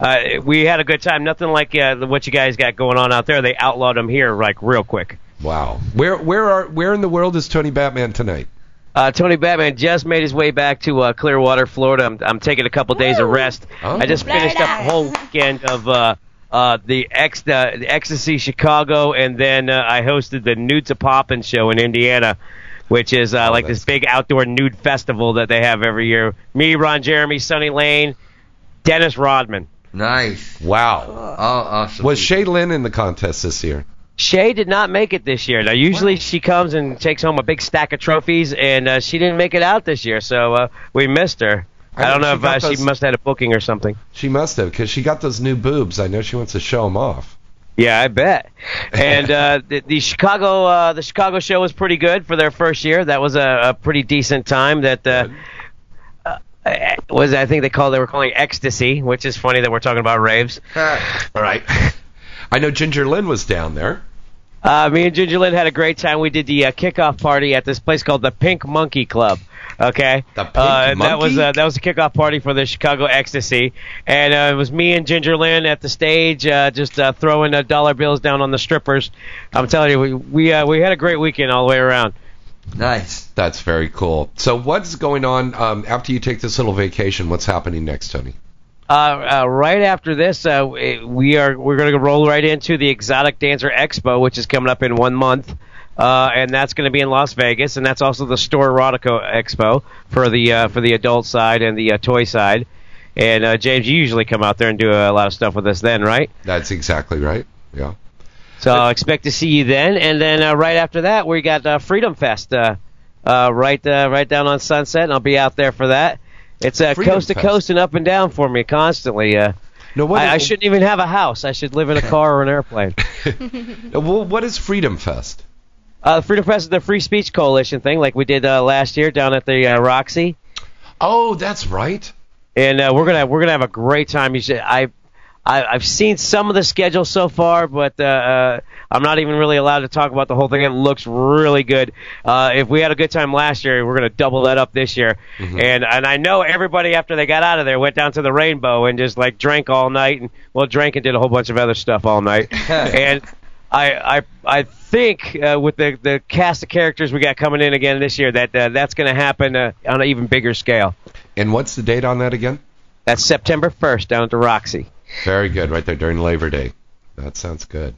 Speaker 6: uh, we had a good time. Nothing like uh, what you guys got going on out there. They outlawed them here like real quick.
Speaker 2: wow. Where where are where in the world is Tony Batman tonight?
Speaker 6: Uh, Tony Batman just made his way back to uh, Clearwater, Florida. I'm, I'm taking a couple days of
Speaker 3: Woo!
Speaker 6: rest.
Speaker 2: Oh.
Speaker 6: I just finished up a
Speaker 3: Florida.
Speaker 6: whole weekend of uh, uh, the, ex- uh, the Ecstasy Chicago, and then uh, I hosted the Nudes a Poppin' show in Indiana, which is uh, like this
Speaker 2: Oh, that's
Speaker 6: big outdoor nude festival that they have every year. Me, Ron Jeremy, Sonny Lane, Dennis Rodman.
Speaker 4: Nice.
Speaker 2: Wow.
Speaker 4: Oh, awesome.
Speaker 2: Was Shay Lynn in the contest this year?
Speaker 6: Shay did not make it this year. Now, usually she comes and takes home a big stack of trophies, and uh, she didn't make it out this year, so uh, we missed her.
Speaker 2: I
Speaker 6: I, don't
Speaker 2: know,
Speaker 6: know
Speaker 2: she
Speaker 6: if uh,
Speaker 2: got those-
Speaker 6: she must have had a booking or something.
Speaker 2: She must have, because she got those new boobs. I know she wants to show them off.
Speaker 6: Yeah, I bet. And uh, the, the Chicago, uh, the Chicago show was pretty good for their first year. That was a, a pretty decent time. That uh, uh, was, I think they called they were calling it ecstasy, which is funny that we're talking about raves.
Speaker 2: All right. I know Ginger Lynn was down there.
Speaker 6: Uh, me and Ginger Lynn had a great time. We did the uh, kickoff party at this place called the Pink Monkey Club. Okay,
Speaker 2: The Pink
Speaker 6: uh, and that was
Speaker 2: Monkey?
Speaker 6: uh, that was a kickoff party for the Chicago Ecstasy, and uh, it was me and Ginger Lynn at the stage, uh, just uh, throwing uh, dollar bills down on the strippers. I'm telling you, we we, uh, we had a great weekend all the way around.
Speaker 4: nice.
Speaker 2: That's very cool. So what's going on um, after you take this little vacation? What's happening next, Tony?
Speaker 6: Uh, uh, right after this, uh, we are we're going to roll right into the Exotic Dancer Expo, which is coming up in one month, uh, and that's going to be in Las Vegas, and that's also the Store Erotica Expo for the uh, for the adult side and the uh, toy side. And uh, James, you usually come out there and do a lot of stuff with us then, right?
Speaker 2: That's exactly right. Yeah.
Speaker 6: So I'll expect to see you then, and then uh, right after that, we got uh, Freedom Fest uh, uh, right uh, right down on Sunset, and I'll be out there for that. It's uh,
Speaker 2: Freedom
Speaker 6: coast to
Speaker 2: Fest.
Speaker 6: coast and up and down for me constantly. Uh,
Speaker 2: No, what
Speaker 6: I, I
Speaker 2: is-
Speaker 6: shouldn't even have a house. I should live in a car or an airplane.
Speaker 2: Well, what is Freedom Fest?
Speaker 6: Uh, Freedom Press is the free speech coalition thing, like we did uh, last year down at the uh, Roxy,
Speaker 2: Oh, that's right.
Speaker 6: and uh, we're gonna we're gonna have a great time. You should, I, I I've seen some of the schedule so far, but uh, uh, I'm not even really allowed to talk about the whole thing. It looks really good. Uh, if we had a good time last year, we're gonna double that up this year. And and I know everybody after they got out of there went down to the Rainbow and just like drank all night and well drank and did a whole bunch of other stuff all night. and I I I think uh, with the the cast of characters we got coming in again this year that uh, that's going to happen uh, on an even bigger scale.
Speaker 2: And what's the date on that again?
Speaker 6: That's September 1st down at the Roxy.
Speaker 2: Very good, right there during Labor Day. That sounds good.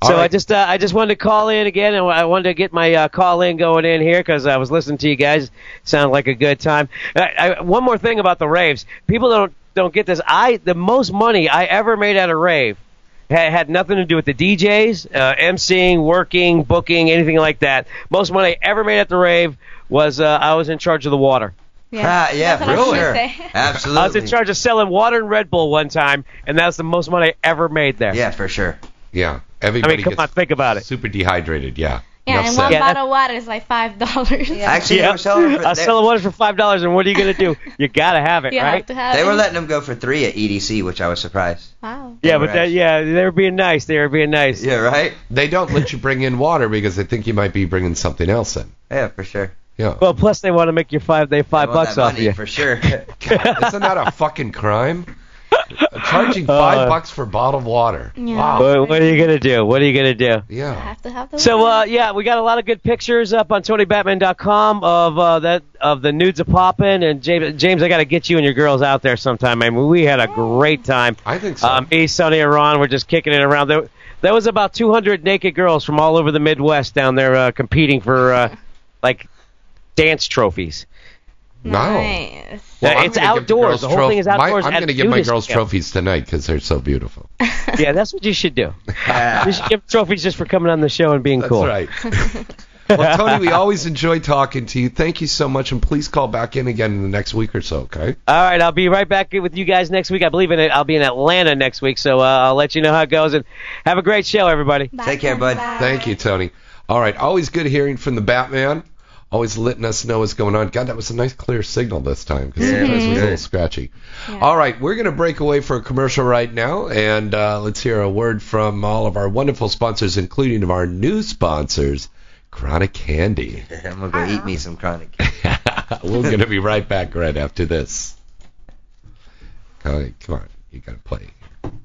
Speaker 2: All
Speaker 6: so I
Speaker 2: right.
Speaker 6: just uh, I just wanted to call in again, and I wanted to get my uh, call in going in here because I was listening to you guys. Sounded like a good time. Uh, I, I, one more thing about the raves, people don't don't get this. I the most money I ever made at a rave had, had nothing to do with the DJs, uh, emceeing, working, booking, anything like that. Most money I ever made at the rave was uh, I was in charge of the water.
Speaker 4: Ah, yeah,
Speaker 3: that's what I was
Speaker 4: for
Speaker 3: gonna
Speaker 4: sure.
Speaker 3: say.
Speaker 4: Absolutely.
Speaker 6: I was in charge of selling water and Red Bull one time, and that was the most money I ever made there.
Speaker 4: Yeah, for sure.
Speaker 2: yeah,
Speaker 6: I
Speaker 2: everybody
Speaker 6: mean, come on,
Speaker 2: gets
Speaker 6: think about it.
Speaker 2: super dehydrated. Yeah.
Speaker 3: Yeah,
Speaker 2: Enough
Speaker 3: and
Speaker 2: said.
Speaker 3: one
Speaker 6: Yeah,
Speaker 3: bottle of water is like five dollars.
Speaker 5: Yeah.
Speaker 4: Actually, they
Speaker 6: Yeah.
Speaker 4: were selling for,
Speaker 6: I
Speaker 4: they,
Speaker 6: sell the water for five dollars, and what are you gonna do? You gotta have it,
Speaker 3: You
Speaker 6: right?
Speaker 3: have to have
Speaker 4: they were
Speaker 3: it.
Speaker 4: letting them go for three at EDC, which I was surprised.
Speaker 3: Wow.
Speaker 6: yeah,
Speaker 4: Right.
Speaker 6: but that, yeah, they were being nice. They were being nice.
Speaker 4: Yeah, right?
Speaker 2: They don't let you bring in water because they think you might be bringing something else in.
Speaker 4: Yeah, for sure.
Speaker 2: Yeah.
Speaker 6: Well, plus they want to make you five. They
Speaker 4: I
Speaker 6: five
Speaker 4: want
Speaker 6: bucks
Speaker 4: that
Speaker 6: off
Speaker 4: money,
Speaker 6: you.
Speaker 4: For sure.
Speaker 2: God, isn't that a fucking crime? Charging five
Speaker 6: Uh,
Speaker 2: bucks for a bottle of water.
Speaker 3: Yeah.
Speaker 2: Wow.
Speaker 6: What, what are you gonna do? What are you gonna do?
Speaker 2: Yeah.
Speaker 3: Have to have the
Speaker 6: So
Speaker 3: water.
Speaker 6: uh, yeah, we got a lot of good pictures up on TonyBatman.com of uh, that of the nudes of poppin' and James. James, I gotta get you and your girls out there sometime. I mean, we had a great time.
Speaker 2: I think so.
Speaker 6: Uh, Um, me, Sonny, and Ron were just kicking it around. There, That was about 200 naked girls from all over the Midwest down there uh, competing for uh, like dance trophies.
Speaker 2: No.
Speaker 5: Oh.
Speaker 3: Nice.
Speaker 2: Well,
Speaker 6: Yeah,
Speaker 2: I'm
Speaker 6: it's
Speaker 2: gonna give
Speaker 6: outdoors.
Speaker 2: girls
Speaker 6: The whole thing is
Speaker 2: my-
Speaker 6: outdoors
Speaker 2: I'm
Speaker 6: at
Speaker 2: going to give my
Speaker 6: nudist
Speaker 2: girls
Speaker 6: camp.
Speaker 2: trophies tonight because they're so beautiful.
Speaker 6: Yeah, that's what you should do.
Speaker 4: Yeah.
Speaker 6: You should give trophies just for coming on the show and being
Speaker 2: That's
Speaker 6: cool.
Speaker 2: right. well, Tony, we always enjoy talking to you. Thank you so much, and please call back in again in the next week or so. Okay.
Speaker 6: All right, I'll be right back with you guys next week. I believe in it. I'll be in Atlanta next week, so uh, I'll let you know how it goes. And have a great show, everybody.
Speaker 3: Bye,
Speaker 4: Take care,
Speaker 3: Tony.
Speaker 4: bud.
Speaker 3: Bye.
Speaker 2: Thank you, Tony. All right. Always good hearing from the Batman. Always letting us know what's going on. God, that was a nice clear signal this time because
Speaker 4: Yeah, it
Speaker 2: sometimes
Speaker 4: was
Speaker 2: it was a little
Speaker 4: good.
Speaker 2: scratchy. All right, we're going to break away for a commercial right now, and uh, let's hear a word from all of our wonderful sponsors, including of our new sponsors, Chronic Candy.
Speaker 4: I'm gonna go eat me some chronic.
Speaker 2: We're going to be right back right after this. All right, come on. You got to play.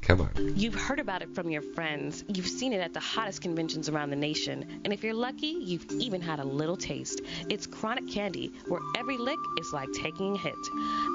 Speaker 2: Come on.
Speaker 7: You've heard about it from your friends. You've seen it at the hottest conventions around the nation. And if you're lucky, you've even had a little taste. It's Chronic Candy, where every lick is like taking a hit.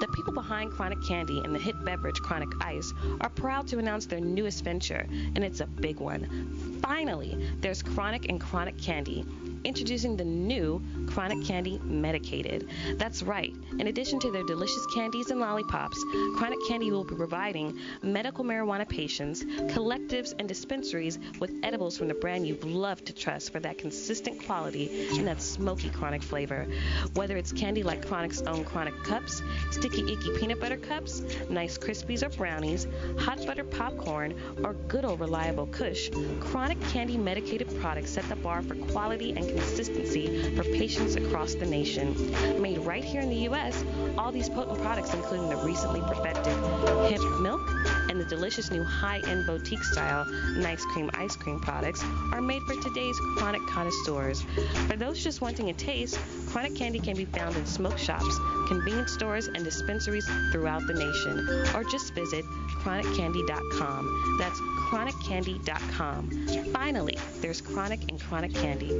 Speaker 7: The people behind Chronic Candy and the hit beverage Chronic Ice are proud to announce their newest venture, and it's a big one. Finally, there's Chronic and Chronic Candy. Introducing the new Chronic Candy Medicated. That's right. In addition to their delicious candies and lollipops, Chronic Candy will be providing medical marijuana patients, collectives, and dispensaries with edibles from the brand you've loved to trust for that consistent quality and that smoky chronic flavor. Whether it's candy like Chronic's own Chronic Cups, Sticky Icky Peanut Butter Cups, Nice Krispies or Brownies, Hot Butter Popcorn, or good old reliable Kush, Chronic Candy medicated products set the bar for quality and consistency for patients across the nation. Made right here in the U.S., all these potent products, including the recently perfected hemp milk and the delicious new high-end boutique style nice cream ice cream products, are made for today's chronic connoisseurs. For those just wanting a taste, chronic candy can be found in smoke shops, convenience stores, and dispensaries throughout the nation, or just visit chroniccandy.com. That's chroniccandy.com. Finally, there's chronic and chronic candy.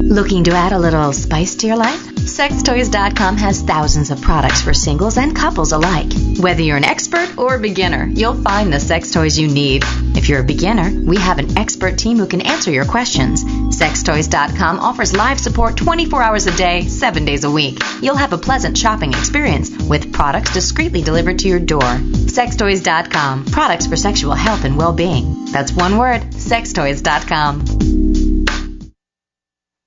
Speaker 8: Looking to add a little spice to your life? Sextoys.com has thousands of products for singles and couples alike. Whether you're an expert or a beginner, you'll find the sex toys you need. If you're a beginner, we have an expert team who can answer your questions. Sextoys.com offers live support 24 hours a day, 7 days a week. You'll have a pleasant shopping experience with products discreetly delivered to your door. Sextoys.com, products for sexual health and well-being. That's one word, sextoys.com.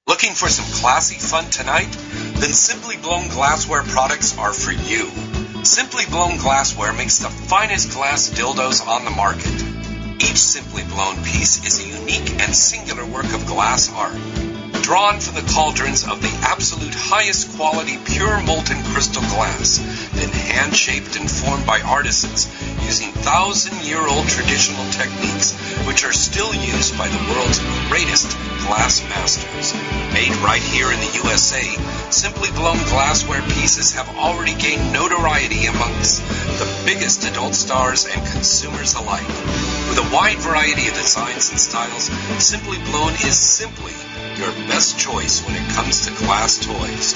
Speaker 9: Looking for some classy fun tonight? Then Simply Blown Glassware products are for you. Simply Blown Glassware makes the finest glass dildos on the market. Each Simply Blown piece is a unique and singular work of glass art, drawn from the cauldrons of the absolute highest quality pure molten crystal glass, then hand shaped and formed by artisans using thousand year old traditional techniques, which are still used by the world's greatest glass masters. Made right here in the USA, Simply Blown glassware pieces have already gained notoriety amongst the biggest adult stars and consumers alike. With a wide variety of designs and styles, Simply Blown is simply your best choice when it comes to glass toys.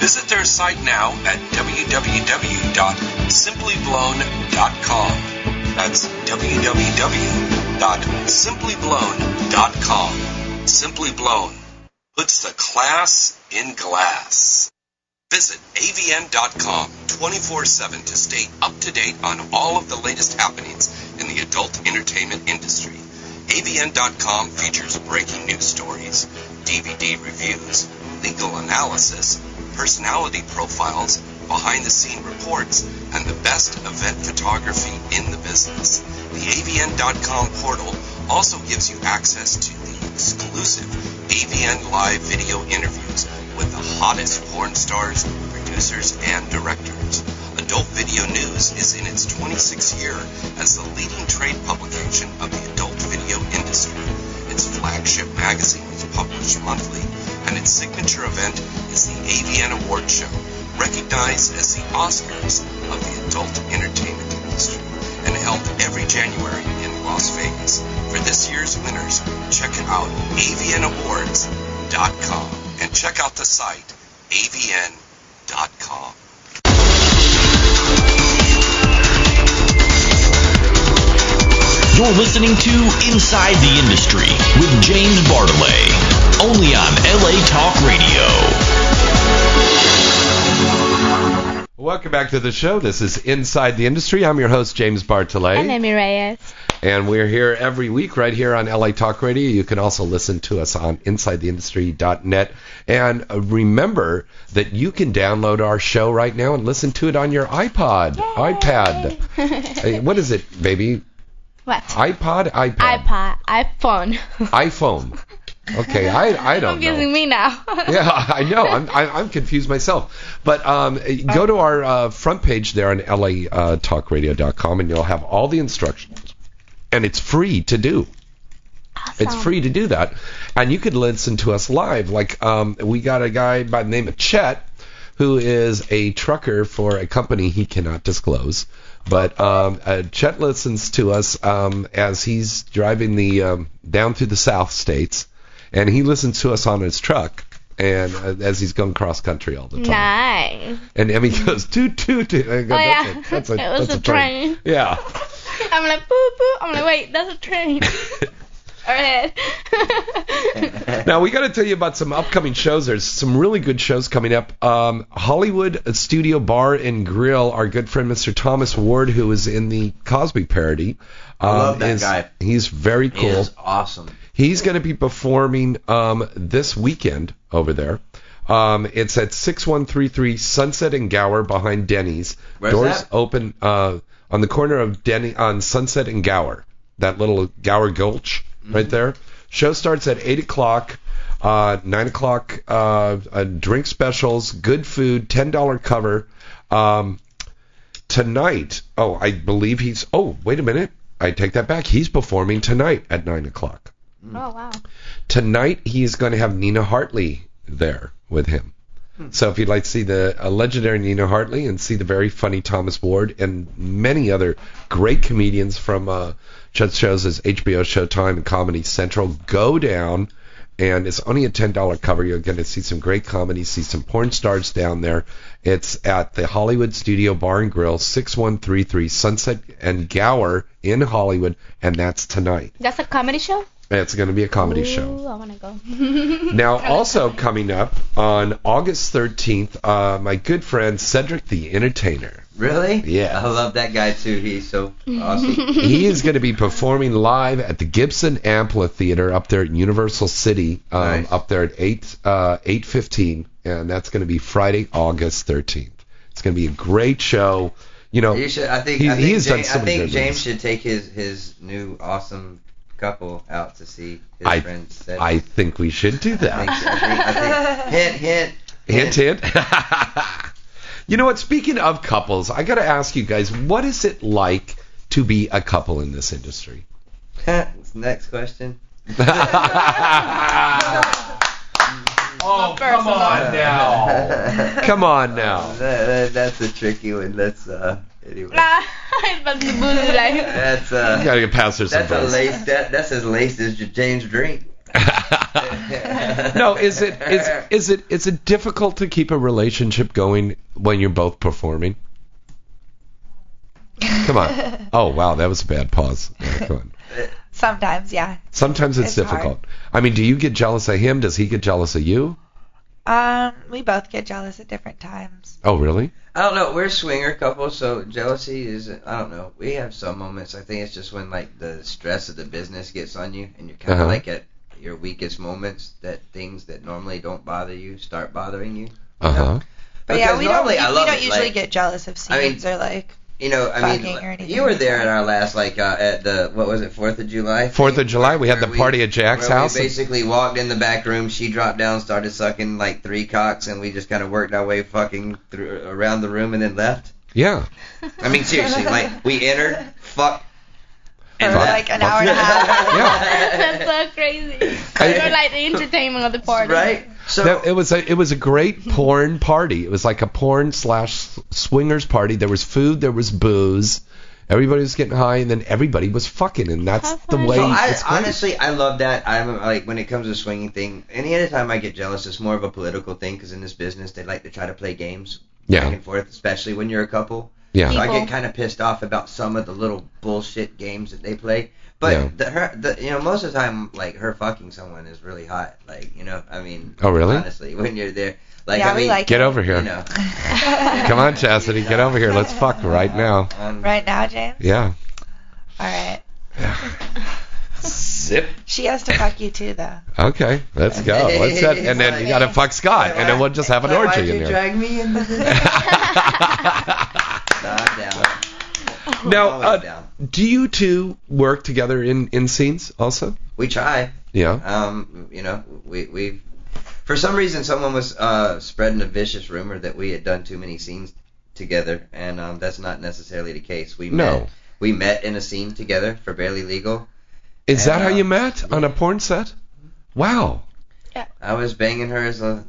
Speaker 9: Visit their site now at www.simplyblown.com. That's www.simplyblown.com. Simply Blown puts the class in glass. Visit avn.com 24 7 to stay up to date on all of the latest happenings in the adult entertainment industry. avn.com features breaking news stories, DVD reviews, legal analysis, personality profiles, behind the scene reports, and the best event photography in the business. The avn.com portal also gives you access to the exclusive AVN Live video interviews with the hottest porn stars, producers, and directors. Adult Video News is in its 26th year as the leading trade publication of the adult video industry. Its flagship magazine is published monthly, and its signature event is the AVN Award Show, recognized as the Oscars of the adult entertainment industry and held every January in Las Vegas. For this year's winners, check out avnawards.com and check out the site avn.com.
Speaker 1: You're You're listening to Inside the Industry with James Bartolet, only on LA Talk Radio.
Speaker 2: Welcome back to the show. This is Inside the Industry. I'm your host, James Bartolet.
Speaker 3: And Emmy Reyes.
Speaker 2: And we're here every week right here on LA Talk Radio. You can also listen to us on InsideTheIndustry.net. And uh, remember that you can download our show right now and listen to it on your iPod, iPad. Hey, what is it, baby?
Speaker 3: What?
Speaker 2: iPod, iPad,
Speaker 3: iPod, iPhone.
Speaker 2: iPhone. Okay, I I don't know.
Speaker 3: Confusing me now.
Speaker 2: Yeah, I know. I'm I, I'm confused myself. But um, go to our uh, front page there on uh, latalkradio.com, and you'll have all the instructions, and it's free to do. It's
Speaker 3: Awesome.
Speaker 2: free to do that, and you could listen to us live. Like um, we got a guy by the name of Chet, who is a trucker for a company he cannot disclose. But um, uh, Chet listens to us um, as he's driving the um, down through the South states, and he listens to us on his truck, and uh, as he's going cross country all the time.
Speaker 3: Nice.
Speaker 2: And Emmy goes toot toot. toot. And I go,
Speaker 3: Oh,
Speaker 2: that's a,
Speaker 3: yeah.
Speaker 2: that's a,
Speaker 3: It was
Speaker 2: that's
Speaker 3: a train.
Speaker 2: Yeah.
Speaker 3: I'm like, boo boo. I'm like, wait, that's a train. Or head.
Speaker 2: Now we got to tell you about some upcoming shows. There's some really good shows coming up. Um, Hollywood Studio Bar and Grill. Our good friend Mr. Thomas Ward, who is in the Cosby parody, um,
Speaker 4: love that
Speaker 2: is-
Speaker 4: guy.
Speaker 2: He's very
Speaker 4: He
Speaker 2: cool.
Speaker 4: is awesome.
Speaker 2: He's going to be performing um, this weekend over there. Um, it's at 6133 Sunset and Gower behind Denny's.
Speaker 4: Where's
Speaker 2: Doors
Speaker 4: that?
Speaker 2: open uh, on the corner of Denny on Sunset and Gower. That little Gower Gulch
Speaker 4: Mm-hmm.
Speaker 2: right there. Show starts at 8 o'clock. Uh, 9 o'clock uh, uh, drink specials, good food, $10 cover. Um, tonight, oh, I believe he's, oh, wait a minute. I take that back. He's performing tonight at 9 o'clock
Speaker 3: oh wow.
Speaker 2: tonight he's going to have Nina Hartley there with him. So if you'd like to see the uh, legendary Nina Hartley and see the very funny Thomas Ward and many other great comedians from uh, such shows as HBO Showtime and Comedy Central, go down and it's only a ten dollar cover. You're going to see some great comedy, see some porn stars down there. It's at the Hollywood Studio Bar and Grill, six one three three Sunset and Gower in Hollywood, and that's tonight.
Speaker 3: That's a comedy show?
Speaker 2: It's going to be a comedy show.
Speaker 3: Ooh, I wanna go.
Speaker 2: Now, also coming up on August 13th, uh, my good friend Cedric the Entertainer.
Speaker 4: Really?
Speaker 2: Yeah.
Speaker 4: I love that guy too. He's so awesome.
Speaker 2: He is going to be performing live at the Gibson Amphitheater up there at Universal City, um,
Speaker 4: Nice.
Speaker 2: up there at 8 uh, 8:15, and that's going to be Friday, August 13th. It's going to be a great show. You know,
Speaker 4: You should. I think.
Speaker 2: He-
Speaker 4: I think,
Speaker 2: he has done
Speaker 4: James,
Speaker 2: so
Speaker 4: I
Speaker 2: many
Speaker 4: think
Speaker 2: good
Speaker 4: James
Speaker 2: ones.
Speaker 4: should take his his new awesome couple out to see his
Speaker 2: I-
Speaker 4: friend. Seth.
Speaker 2: I think we should do
Speaker 4: I
Speaker 2: that.
Speaker 4: think, I think, I think- hint, hint.
Speaker 2: Hint, hint. you know what? Speaking of couples, I got to ask you guys, what is it like to be a couple in this industry?
Speaker 4: Next question.
Speaker 2: Oh, come on now. come on now.
Speaker 4: Uh, That, that, that's a tricky one. That's uh. Anyway.
Speaker 3: I'm about to boo you, like.
Speaker 4: That's
Speaker 2: You
Speaker 4: uh.
Speaker 2: gotta get past this.
Speaker 4: That's a
Speaker 2: embarrassment.
Speaker 4: lace. That, that's as laced as James drink.
Speaker 2: no, is it is is it is it difficult to keep a relationship going when you're both performing? Come on. Oh wow, that was a bad pause. Yeah, come on.
Speaker 5: Sometimes, yeah.
Speaker 2: Sometimes it's,
Speaker 5: It's hard.
Speaker 2: difficult. I mean, do you get jealous of him? Does he get jealous of you?
Speaker 5: Um, we both get jealous at different times.
Speaker 2: Oh really?
Speaker 4: I don't know. We're a swinger couple, so jealousy is. I don't know. We have some moments. I think it's just when like the stress of the business gets on you, and you're kind of
Speaker 2: Uh-huh.
Speaker 4: like at your weakest moments. That things that normally don't bother you start bothering you.
Speaker 2: Uh huh.
Speaker 5: But yeah,
Speaker 4: Because
Speaker 5: we don't,
Speaker 4: normally
Speaker 5: we,
Speaker 4: I love
Speaker 5: don't
Speaker 4: it,
Speaker 5: usually
Speaker 4: like-
Speaker 5: get jealous of
Speaker 4: I mean-
Speaker 5: scenes or like
Speaker 4: You know, I mean,
Speaker 5: Fucking or anything
Speaker 4: you were
Speaker 5: like
Speaker 4: there
Speaker 5: that.
Speaker 4: at our last like uh, at the what was it Fourth of July?
Speaker 2: Fourth of July, we had
Speaker 4: Where
Speaker 2: the party at Jack's
Speaker 4: where
Speaker 2: house.
Speaker 4: We basically walked in the back room. She dropped down, started sucking like three cocks, and we just kind of worked our way fucking through around the room and then left.
Speaker 2: Yeah.
Speaker 4: I mean, seriously, like we entered, fuck,
Speaker 5: for
Speaker 4: and left.
Speaker 5: like an hour and a half.
Speaker 2: Yeah.
Speaker 3: That's so crazy. You're like the entertainment of the party.
Speaker 4: right? So Mm-hmm.
Speaker 2: That- it was a it was a great porn party. It was like a porn slash swingers party. There was food, there was booze, everybody was getting high, and then everybody was fucking, and that's
Speaker 3: How
Speaker 2: the
Speaker 3: fun.
Speaker 2: way.
Speaker 4: So I
Speaker 2: it's going.
Speaker 4: honestly, I love that. I'm like when it comes to swinging thing. Any other time I get jealous, it's more of a political thing because in this business they like to try to play games
Speaker 2: Yeah.
Speaker 4: back and forth, especially when you're a couple.
Speaker 2: Yeah.
Speaker 4: So I
Speaker 3: People.
Speaker 4: get kind of pissed off about some of the little bullshit games that they play. But
Speaker 2: Yeah.
Speaker 4: the, her, the, you know, most of the time, like her fucking someone is really hot. Like, you know, I mean.
Speaker 2: Oh, really?
Speaker 4: Honestly, when you're there, like,
Speaker 5: yeah,
Speaker 4: I
Speaker 5: we
Speaker 4: mean,
Speaker 5: like
Speaker 2: Get over
Speaker 4: you
Speaker 2: here.
Speaker 4: know,
Speaker 2: Come on, Chastity, get over here. Let's fuck right now.
Speaker 4: um,
Speaker 5: right now, James.
Speaker 2: Yeah.
Speaker 5: All right.
Speaker 2: Zip.
Speaker 5: She has to fuck you too, though.
Speaker 2: Okay, let's go. Let's set, and then you gotta fuck Scott, and then we'll just have an
Speaker 4: why-
Speaker 2: orgy
Speaker 4: why'd
Speaker 2: in
Speaker 4: you
Speaker 2: there.
Speaker 4: drag me into this? no, I'm down.
Speaker 2: Now,
Speaker 4: Always
Speaker 2: uh,
Speaker 4: down.
Speaker 2: do you two work together in in scenes also?
Speaker 4: We try.
Speaker 2: Yeah.
Speaker 4: Um, you know, we we for some reason someone was uh, spreading a vicious rumor that we had done too many scenes together, and um, that's not necessarily the case. We
Speaker 2: No.
Speaker 4: met we met in a scene together for Barely Legal.
Speaker 2: Is that
Speaker 4: and,
Speaker 2: how
Speaker 4: uh,
Speaker 2: you met on a porn set? Wow.
Speaker 4: I was banging her as a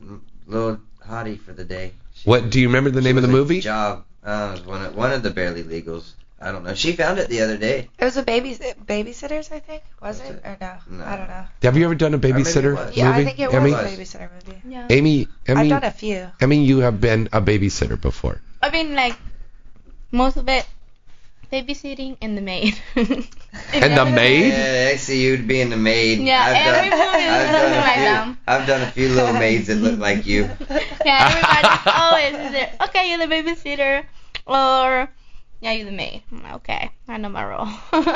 Speaker 4: little hottie for the day. She
Speaker 2: What
Speaker 4: was-
Speaker 2: do you remember the
Speaker 4: she
Speaker 2: name of the
Speaker 4: was a
Speaker 2: movie?
Speaker 4: Job. Uh, it was one of one of the Barely Legals. I don't know. She found it the other day.
Speaker 5: It was a baby babysitters, I think, was
Speaker 4: Was
Speaker 5: it?
Speaker 4: it?
Speaker 5: or no?
Speaker 4: No.
Speaker 5: I don't know.
Speaker 2: Have you ever done a
Speaker 4: maybe it
Speaker 2: babysitter
Speaker 4: was.
Speaker 2: movie?
Speaker 5: Yeah, I think it was
Speaker 2: Emmy?
Speaker 5: a babysitter movie.
Speaker 3: Yeah.
Speaker 2: Amy,
Speaker 5: I've
Speaker 2: Emmy,
Speaker 5: done a few.
Speaker 2: Emmy, you have been a babysitter before.
Speaker 3: I mean, like most of it, babysitting and the maid.
Speaker 2: And the maid?
Speaker 4: Yeah, I see you being the maid.
Speaker 3: Yeah,
Speaker 4: I've
Speaker 3: every
Speaker 4: done,
Speaker 3: movie is
Speaker 4: I've
Speaker 3: something like
Speaker 4: done, a
Speaker 3: that.
Speaker 4: few, I've done a few little maids that look like you.
Speaker 3: Yeah, everybody's always is there. Okay, you're the babysitter, or yeah, you're the maid. I'm like, okay, I know my role.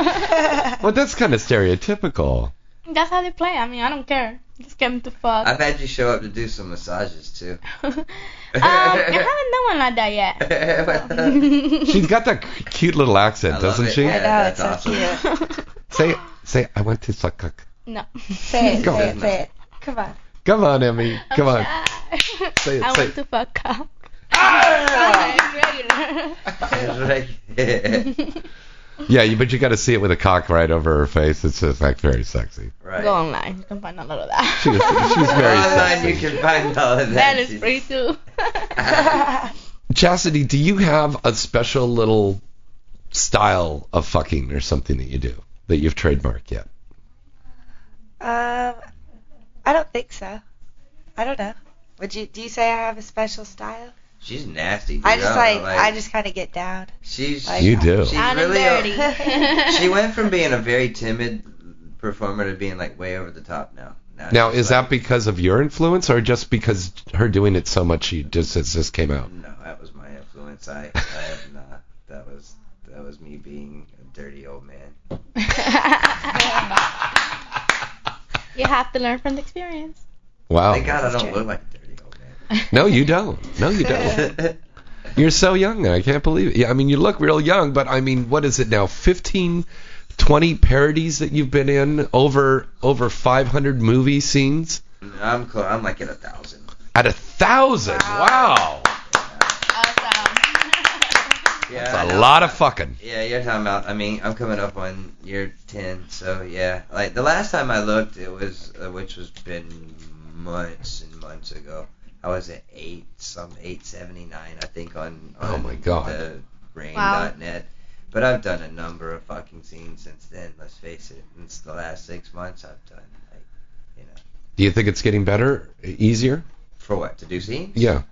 Speaker 2: Well, that's kind of stereotypical.
Speaker 3: That's how they play. I mean, I don't care. Just get them to fuck.
Speaker 4: I've had you show up to do some massages too.
Speaker 3: um, I haven't done one like that yet.
Speaker 2: She's got that c- cute little accent,
Speaker 4: I love
Speaker 2: doesn't
Speaker 4: it.
Speaker 2: she?
Speaker 5: I
Speaker 4: Yeah.
Speaker 5: know,
Speaker 4: that's
Speaker 5: it's so
Speaker 4: awesome.
Speaker 5: cute.
Speaker 2: Say, say, I want to suck. cock."
Speaker 3: no.
Speaker 5: Say it,
Speaker 2: Go.
Speaker 5: say it, say it. Come on.
Speaker 2: Come on, Emmy.
Speaker 5: Oh,
Speaker 2: Come on. Say
Speaker 3: say
Speaker 2: it,
Speaker 3: I
Speaker 2: say
Speaker 3: want
Speaker 2: it.
Speaker 3: to fuck up.
Speaker 4: Ah! It's like-
Speaker 2: Yeah, you, but you got to see it with a cock right over her face. It's just like very sexy.
Speaker 4: right.
Speaker 3: Go online. You can find a lot of
Speaker 2: She was,
Speaker 3: that.
Speaker 2: she's very
Speaker 4: Online you
Speaker 2: sexy.
Speaker 4: can find all of that.
Speaker 3: that is
Speaker 4: She's-
Speaker 3: free too.
Speaker 2: Chastity, do you have a special little style of fucking or something that you do that you've trademarked yet?
Speaker 5: Um, I don't think so. I don't know. Would you? Do you say I have a special style?
Speaker 4: She's nasty. Dude.
Speaker 5: I just
Speaker 4: don't
Speaker 5: like,
Speaker 4: know,
Speaker 5: I just kind of get down.
Speaker 4: She's.
Speaker 5: like-
Speaker 2: You do.
Speaker 4: she's
Speaker 3: Out and
Speaker 4: really. a-
Speaker 3: dirty.
Speaker 4: she went from being a very timid performer to being like way over the top now.
Speaker 2: Now,
Speaker 4: she's
Speaker 2: is
Speaker 4: like-
Speaker 2: that because of your influence or just because her doing it so much she just it just came out?
Speaker 4: No, that was my influence. I, I have not. That was that was me being a dirty old man.
Speaker 3: you have to learn from the experience.
Speaker 4: Thank
Speaker 2: Wow.
Speaker 4: God I don't look like a dirty old man.
Speaker 2: No, you don't. No, you don't. You're so young now. I can't believe it. Yeah, I mean, you look real young, but I mean, what is it now? 15, 20 parodies that you've been in over over 500 movie scenes
Speaker 4: I'm close. I'm like at a thousand.
Speaker 2: at a thousand. Wow,
Speaker 4: Yeah,
Speaker 2: that's a lot of fucking.
Speaker 4: Yeah, you're talking about. I mean, I'm coming up on year ten, so yeah. Like the last time I looked, it was uh, which was been months and months ago. I was at eight, some eight seventy nine, I think, on, on
Speaker 2: Oh my God.
Speaker 4: the rain
Speaker 3: Wow.
Speaker 4: dot net. But I've done a number of fucking scenes since then. Let's face it, since the last six months, I've done like, you know,
Speaker 2: Do you think it's getting better, easier?
Speaker 4: for what to do scenes.
Speaker 2: Yeah.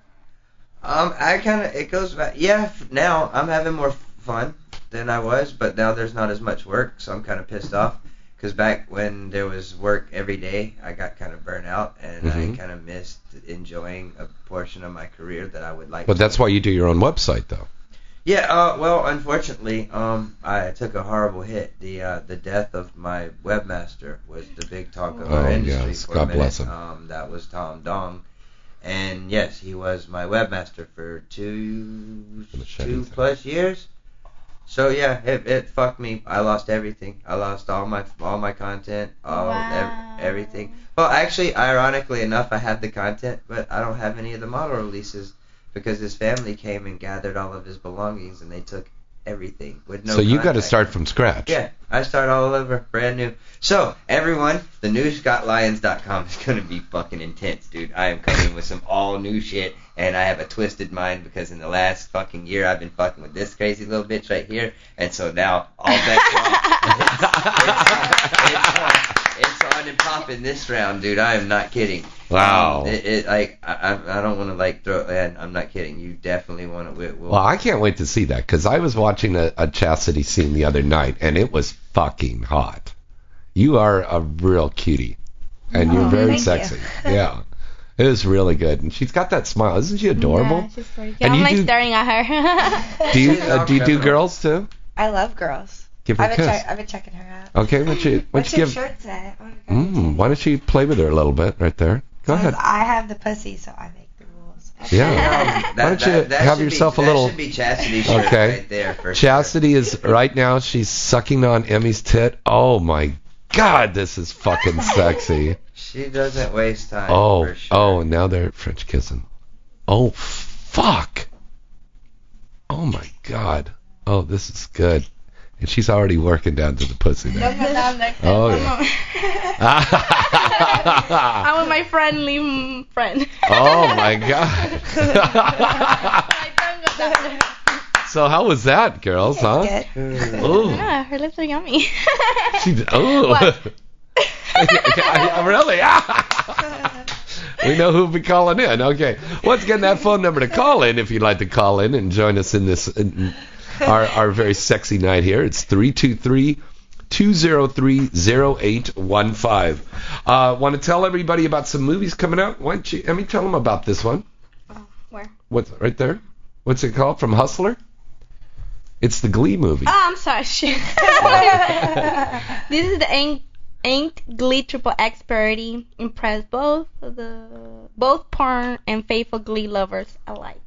Speaker 4: Um, I kind of it goes back. Yeah, f- now I'm having more fun than I was, but now there's not as much work, so I'm kind of pissed off. Because back when there was work every day, I got kind of burnt out, and
Speaker 2: Mhm.
Speaker 4: I kind of missed enjoying a portion of my career that I would like.
Speaker 2: But
Speaker 4: to
Speaker 2: that's why you do your own website, though.
Speaker 4: yeah, uh, well, unfortunately, um, I took a horrible hit. The uh, the death of my webmaster was the big talk of our
Speaker 2: Oh,
Speaker 4: industry
Speaker 2: yes.
Speaker 4: for
Speaker 2: God
Speaker 4: a minute.
Speaker 2: bless him.
Speaker 4: Um, that was Tom Dong, and yes, he was my webmaster for two
Speaker 2: Machete
Speaker 4: two
Speaker 2: thing.
Speaker 4: plus years. So yeah, it, it fucked me. I lost everything. I lost all my all my content, all
Speaker 3: Wow.
Speaker 4: ev- everything. Well, actually, ironically enough, I have the content, but I don't have any of the model releases because his family came and gathered all of his belongings and they took everything with no.
Speaker 2: so you got to
Speaker 4: contact.
Speaker 2: start from scratch.
Speaker 4: Yeah, I start all over, brand new. So everyone, the new ScottLyons.com is gonna be fucking intense, dude. I am coming with some all new shit, and I have a twisted mind because in the last fucking year I've been fucking with this crazy little bitch right here, and so now all bets are off. It's on. It's on. It's on and popping this round, dude. I am not kidding.
Speaker 2: Wow.
Speaker 4: It, it like I I I don't want to like throw. and I'm not kidding. You definitely want to. We'll,
Speaker 2: Well, I can't wait to see that because I was watching a, a chastity scene the other night and it was fucking hot. You are a real cutie, and you're very
Speaker 5: Oh, thank you.
Speaker 2: sexy. yeah, it was really good, and she's got that smile. Isn't she adorable?
Speaker 3: Yeah, she's pretty cute.
Speaker 2: And
Speaker 3: I'm
Speaker 2: you
Speaker 3: like
Speaker 2: do-
Speaker 3: staring at her.
Speaker 2: do you
Speaker 4: She's
Speaker 2: uh, do you do
Speaker 4: phenomenal.
Speaker 2: girls too?
Speaker 5: I love girls.
Speaker 2: Give her a
Speaker 5: I've been,
Speaker 2: kiss.
Speaker 5: check I've been checking her out.
Speaker 2: okay, why don't you why
Speaker 5: What's
Speaker 2: don't you
Speaker 5: your
Speaker 2: give?
Speaker 5: shirt say? Oh my God.
Speaker 2: Mm, why don't you play with her a little bit right there? Go
Speaker 5: Because
Speaker 2: ahead.
Speaker 5: I have the pussy, so I make the rules.
Speaker 2: Yeah.
Speaker 4: That,
Speaker 2: Why don't you have
Speaker 4: should
Speaker 2: yourself a
Speaker 4: be,
Speaker 2: little-
Speaker 4: That should be chastity shirt
Speaker 2: Okay.
Speaker 4: right there for sure.
Speaker 2: Chastity is right now. She's sucking on Emmy's tit. Oh my God, this is fucking sexy.
Speaker 4: She doesn't waste time.
Speaker 2: Oh,
Speaker 4: for sure.
Speaker 2: oh, and now they're French kissing. Oh, fuck. Oh my god. Oh, this is good. And she's already working down to the pussy there. Oh yeah.
Speaker 3: I'm with my friendly mm, friend.
Speaker 2: oh my god.
Speaker 3: My tongue goes out.
Speaker 2: so how was that, girls? Huh?
Speaker 5: Good.
Speaker 2: Oh,
Speaker 3: yeah, her lips are yummy.
Speaker 2: she. Oh.
Speaker 3: What?
Speaker 2: really? we know who'll be calling in. Okay. Once again, that phone number to call in if you'd like to call in and join us in this in our our very sexy night here. It's three two three. 203-0815. Uh, want to tell everybody about some movies coming out? Why don't you, Emmy, tell them about this one.
Speaker 3: Oh, Where?
Speaker 2: What's right there? What's it called? From Hustler? It's the Glee movie.
Speaker 3: Oh, I'm sorry. Shit. this is the ink, ink Glee Triple X parody. Impress both of the both porn and faithful Glee lovers alike.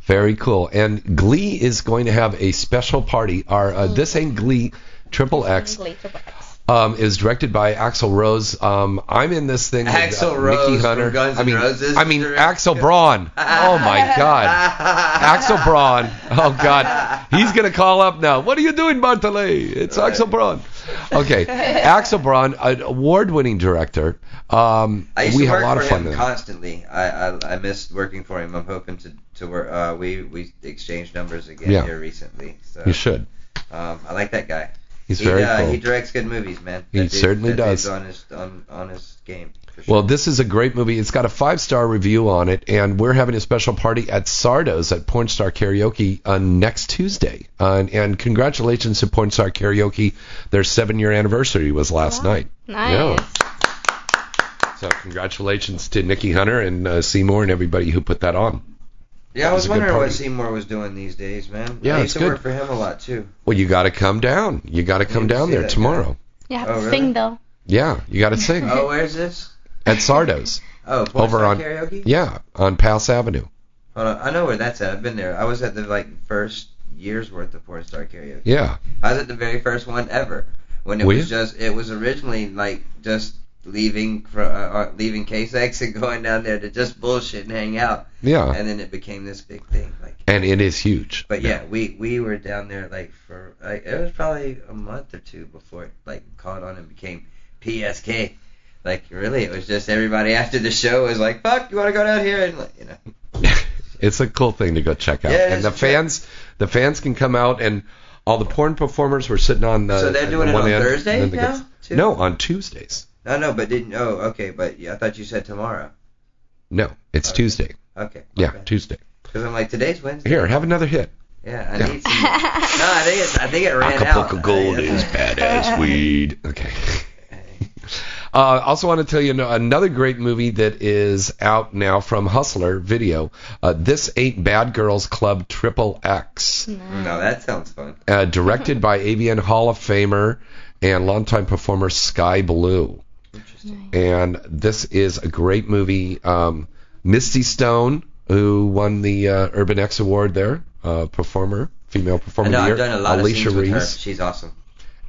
Speaker 2: Very cool. And Glee is going to have a special party. Our uh, This Ain't Glee Triple X
Speaker 3: Glee Triple X.
Speaker 2: um, is directed by Axel Rose. Um, I'm in this thing.
Speaker 4: Axl
Speaker 2: with, uh,
Speaker 4: Rose
Speaker 2: Nikki
Speaker 4: from
Speaker 2: Hunter.
Speaker 4: Guns
Speaker 2: I
Speaker 4: N'
Speaker 2: mean,
Speaker 4: Roses
Speaker 2: I mean
Speaker 4: direct-
Speaker 2: Axel Braun. Oh my God. Axel Braun. Oh God. He's gonna call up now. What are you doing, Bartley? It's Axel Braun. Okay. Axel Braun, an award-winning director. Um,
Speaker 4: I used
Speaker 2: we
Speaker 4: to
Speaker 2: had
Speaker 4: work
Speaker 2: a lot
Speaker 4: for
Speaker 2: of fun.
Speaker 4: him
Speaker 2: with him.
Speaker 4: constantly. I, I I missed working for him. I'm hoping to to work. Uh, we we exchanged numbers again
Speaker 2: Yeah.
Speaker 4: here recently. So
Speaker 2: You should.
Speaker 4: um, I like that guy.
Speaker 2: He's
Speaker 4: he,
Speaker 2: very
Speaker 4: uh,
Speaker 2: cool.
Speaker 4: He directs good movies, man.
Speaker 2: He
Speaker 4: That dude-
Speaker 2: certainly
Speaker 4: that dude's
Speaker 2: does.
Speaker 4: On his on, on his game. For sure.
Speaker 2: Well, this is a great movie. It's got a five star review on it, and we're having a special party at Sardo's at Porn Star Karaoke on next Tuesday. Uh, and, and congratulations to Porn Star Karaoke. Their seven year anniversary was last night.
Speaker 3: Nice.
Speaker 2: So, congratulations to Nikki Hunter and uh, Seymour and everybody who put that on.
Speaker 4: yeah, I
Speaker 2: was
Speaker 4: was
Speaker 2: a good
Speaker 4: wondering what
Speaker 2: party.
Speaker 4: Seymour was doing these days, man.
Speaker 2: Yeah,
Speaker 4: I
Speaker 2: it's
Speaker 4: used to
Speaker 2: good.
Speaker 4: work for him a lot too.
Speaker 2: Well, you got to come down. You got to come
Speaker 4: Need to
Speaker 2: down
Speaker 4: see
Speaker 2: there
Speaker 4: that guy.
Speaker 2: tomorrow.
Speaker 3: You have
Speaker 4: Oh,
Speaker 3: to
Speaker 4: really?
Speaker 3: sing though.
Speaker 2: Yeah, you got to sing
Speaker 4: Oh, where's this?
Speaker 2: at Sardo's.
Speaker 4: Oh, Porn
Speaker 2: Over
Speaker 4: Star
Speaker 2: on-
Speaker 4: karaoke.
Speaker 2: Yeah, on Pass Avenue.
Speaker 4: Hold on, I know where that's at. I've been there. I was at the like first year's worth of porn star karaoke.
Speaker 2: Yeah.
Speaker 4: I was at the very first one ever when it
Speaker 2: Were
Speaker 4: was
Speaker 2: you?
Speaker 4: just it was originally like just leaving fro- uh, uh, leaving K-Sex and going down there to just bullshit and hang out,
Speaker 2: Yeah.
Speaker 4: and then it became this big thing. Like,
Speaker 2: And it is huge.
Speaker 4: but yeah, we we were down there like for like it was probably a month or two before it like caught on and became PSK. Like really, it was just everybody after the show was like, "Fuck, you want to go down here?" And like, you know,
Speaker 2: it's a cool thing to go check out.
Speaker 4: Yeah, it
Speaker 2: and
Speaker 4: is
Speaker 2: the
Speaker 4: a trip.
Speaker 2: fans, the fans can come out and all the porn performers were sitting on the.
Speaker 4: So they're doing
Speaker 2: the
Speaker 4: it
Speaker 2: one
Speaker 4: on
Speaker 2: end,
Speaker 4: Thursday
Speaker 2: and then they go-
Speaker 4: now, too?
Speaker 2: No, on Tuesdays.
Speaker 4: no, no, but didn't. Oh, okay, but yeah, I thought you said tomorrow.
Speaker 2: No, it's
Speaker 4: Okay.
Speaker 2: Tuesday.
Speaker 4: Okay.
Speaker 2: Yeah, Tuesday.
Speaker 4: Because I'm like, today's Wednesday.
Speaker 2: Here, have another hit.
Speaker 4: Yeah, I need some. no, I think it, I think it ran
Speaker 2: Acapulco
Speaker 4: out.
Speaker 2: Gold is badass weed. Okay. Uh, also want to tell you another great movie that is out now from Hustler Video. Uh, this ain't Bad Girls Club Triple X.
Speaker 4: No, that sounds fun.
Speaker 2: uh, directed by AVN Hall of Famer and longtime performer Sky Blue.
Speaker 4: Interesting.
Speaker 2: And this is a great movie. Um, Misty Stone, who won the uh, Urban X Award there, uh, performer, female
Speaker 4: I
Speaker 2: performer
Speaker 4: know
Speaker 2: of the year.
Speaker 4: I've done a lot
Speaker 2: Alicia
Speaker 4: of scenes with her.
Speaker 2: Reese,
Speaker 4: She's awesome.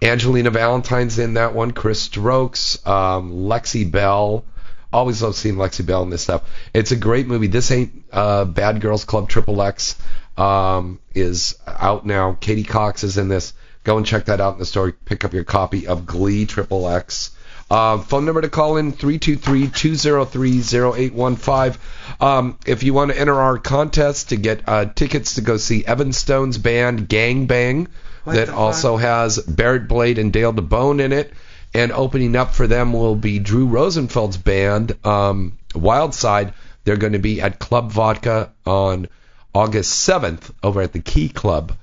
Speaker 2: Angelina Valentine's in that one. Chris Strokes, um, Lexi Bell. Always love seeing Lexi Bell in this stuff. It's a great movie. This ain't uh, Bad Girls Club Triple X um, is out now. Katie Cox is in this. Go and check that out in the store. Pick up your copy of Glee Triple X. Uh, phone number to call in 323-203-0815. Um, if you want to enter our contest to get uh, tickets to go see Evan Stone's band Gang Bang, that
Speaker 4: the fuck?
Speaker 2: also has Barrett Blade and Dale DeBone in it. And opening up for them will be Drew Rosenfeld's band, um, Wildside. They're going to be at Club Vodka on August 7th over at the Key Club.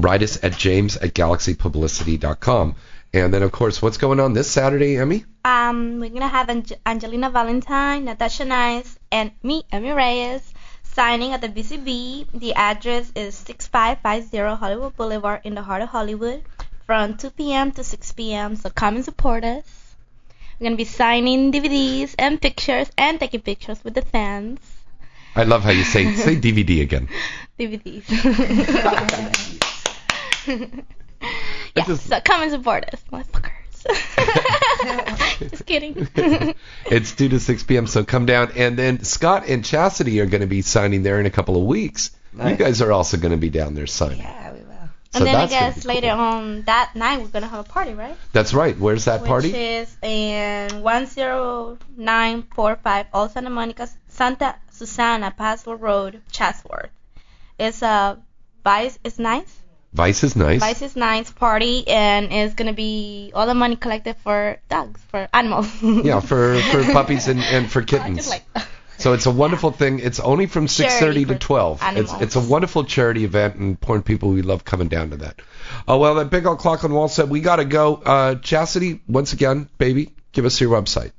Speaker 2: Write us at james at galaxypublicity.com. And then, of course, what's going on this Saturday, Emmy?
Speaker 3: Um, we're gonna have Ange- Angelina Valentine, Natasha Nice, and me, Emmy Reyes, signing at the BCB. The address is 6550 Hollywood Boulevard in the heart of Hollywood, from 2 p.m. to 6 p.m. So come and support us. We're gonna be signing DVDs and pictures and taking pictures with the fans.
Speaker 2: I love how you say say DVD again.
Speaker 3: DVDs.
Speaker 2: I
Speaker 3: yeah,
Speaker 2: just-
Speaker 3: so come and support us, motherfuckers. Just kidding.
Speaker 2: It's 2 to 6 p.m., so come down. And then Scott and Chastity are going to be signing there in a couple of weeks. You
Speaker 4: Nice.
Speaker 2: guys are also going to be down there signing.
Speaker 5: Yeah, we will.
Speaker 2: So
Speaker 3: and then I
Speaker 2: that's gonna be
Speaker 3: guess later
Speaker 2: cool.
Speaker 3: on that night we're gonna have a party, right?
Speaker 2: That's right. Where's that
Speaker 3: Which
Speaker 2: party?
Speaker 3: is in 10945 All Santa Monica, Santa Susana, Passport Road, Chatsworth. It's a Vice is nice.
Speaker 2: Vice is nice.
Speaker 3: Vice is nice party, and it's gonna be all the money collected for dogs, for animals.
Speaker 2: Yeah, for, for puppies and, and for kittens.
Speaker 3: Just like
Speaker 2: So it's a wonderful thing. It's only from six thirty
Speaker 3: Charity
Speaker 2: to
Speaker 3: for
Speaker 2: twelve. It's
Speaker 3: animals.
Speaker 2: it's a wonderful charity event, and porn people we love coming down to that. Oh well, that big old clock on the wall said we gotta go. Uh, Chastity, once again, baby, give us your website.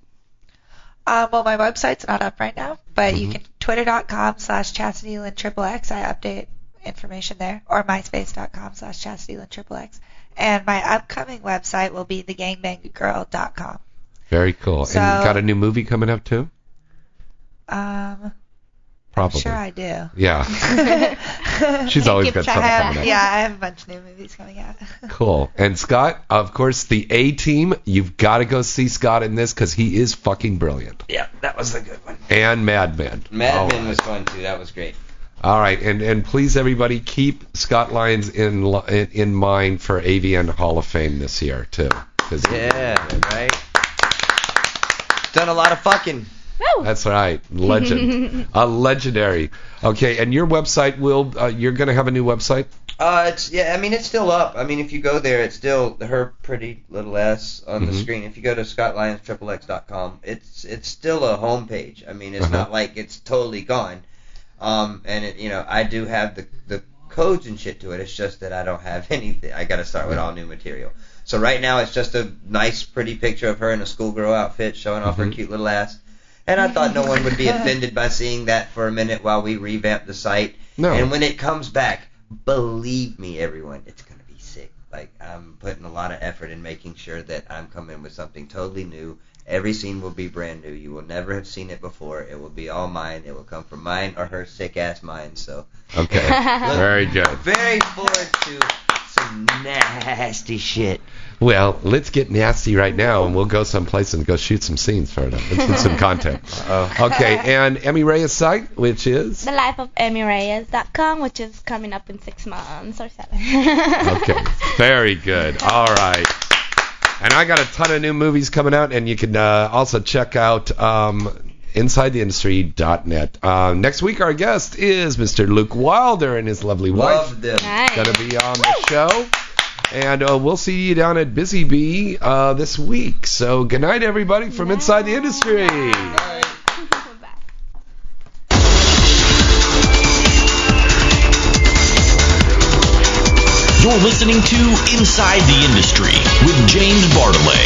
Speaker 5: Um, well, my website's not up right now, but
Speaker 2: Mm-hmm.
Speaker 5: you can twitter.com slash chastitylyn triple x. I update information there, or myspace.com slash chastitylyn triple x. And my upcoming website will be thegangbanggirl.com.
Speaker 2: Very cool.
Speaker 5: So-
Speaker 2: and you got a new movie coming up too.
Speaker 5: Um,
Speaker 2: Probably.
Speaker 5: sure I do.
Speaker 2: Yeah. She's always got
Speaker 3: keep
Speaker 2: something
Speaker 5: I
Speaker 3: track.
Speaker 2: coming
Speaker 5: have,
Speaker 2: up.
Speaker 5: yeah, I have a bunch of new movies coming out.
Speaker 2: Cool. And Scott, of course, the A team. You've got to go see Scott in this because he is fucking brilliant.
Speaker 4: Yeah, that was a good one.
Speaker 2: And Madman.
Speaker 4: Mad
Speaker 2: All
Speaker 4: Men
Speaker 2: right.
Speaker 4: was fun too. That was great.
Speaker 2: All right, and and please everybody keep Scott Lyons in li- in, in mind for AVN Hall of Fame this year too. 'cause he-
Speaker 4: Yeah, right. Done a lot of fucking.
Speaker 3: Woo!
Speaker 2: That's right, legend, a legendary. Okay, and your website will uh, you're going to have a new website.
Speaker 4: Uh, it's yeah. I mean, it's still up. I mean, if you go there, it's still her pretty little s on the
Speaker 2: Mhm.
Speaker 4: screen. If you go to scottlionsxxx.com, it's it's still a homepage. I mean, it's
Speaker 2: Uh-huh.
Speaker 4: not like it's totally gone. Um, and it, you know, I do have the the codes and shit to it. It's just that I don't have anything. I got to start with all new material. So right now, it's just a nice, pretty picture of her in a schoolgirl outfit, showing off her
Speaker 2: Mhm.
Speaker 4: cute little ass. And I thought no one would be offended by seeing that for a minute while we revamp the site.
Speaker 2: No,
Speaker 4: And when it comes back, believe me, everyone, it's going to be sick. Like, I'm putting a lot of effort in making sure that I'm coming with something totally new. Every scene will be brand new. You will never have seen it before. It will be all mine. It will come from mine or her sick ass mind. So,
Speaker 2: okay, very good.
Speaker 4: very forward to some nasty shit.
Speaker 2: Well, let's get nasty right now, and we'll go someplace and go shoot some scenes for them. Let's get some content. Okay, and Emmy Reyes' site, which is
Speaker 3: The life of com, which is coming up in six months or seven.
Speaker 2: Okay. Very good. All right. And I got a ton of new movies coming out, and you can uh, also check out um, InsideTheIndustry.net. Uh, next week, our guest is Mr. Luke Wilder and his lovely wife.
Speaker 4: Love them.
Speaker 3: Nice.
Speaker 2: Going to be on the show. And uh, we'll see you down at Busy Bee uh, this week. So, good night, everybody, from Inside the Industry.
Speaker 3: Bye.
Speaker 1: You're listening to Inside the Industry with James Bartolet,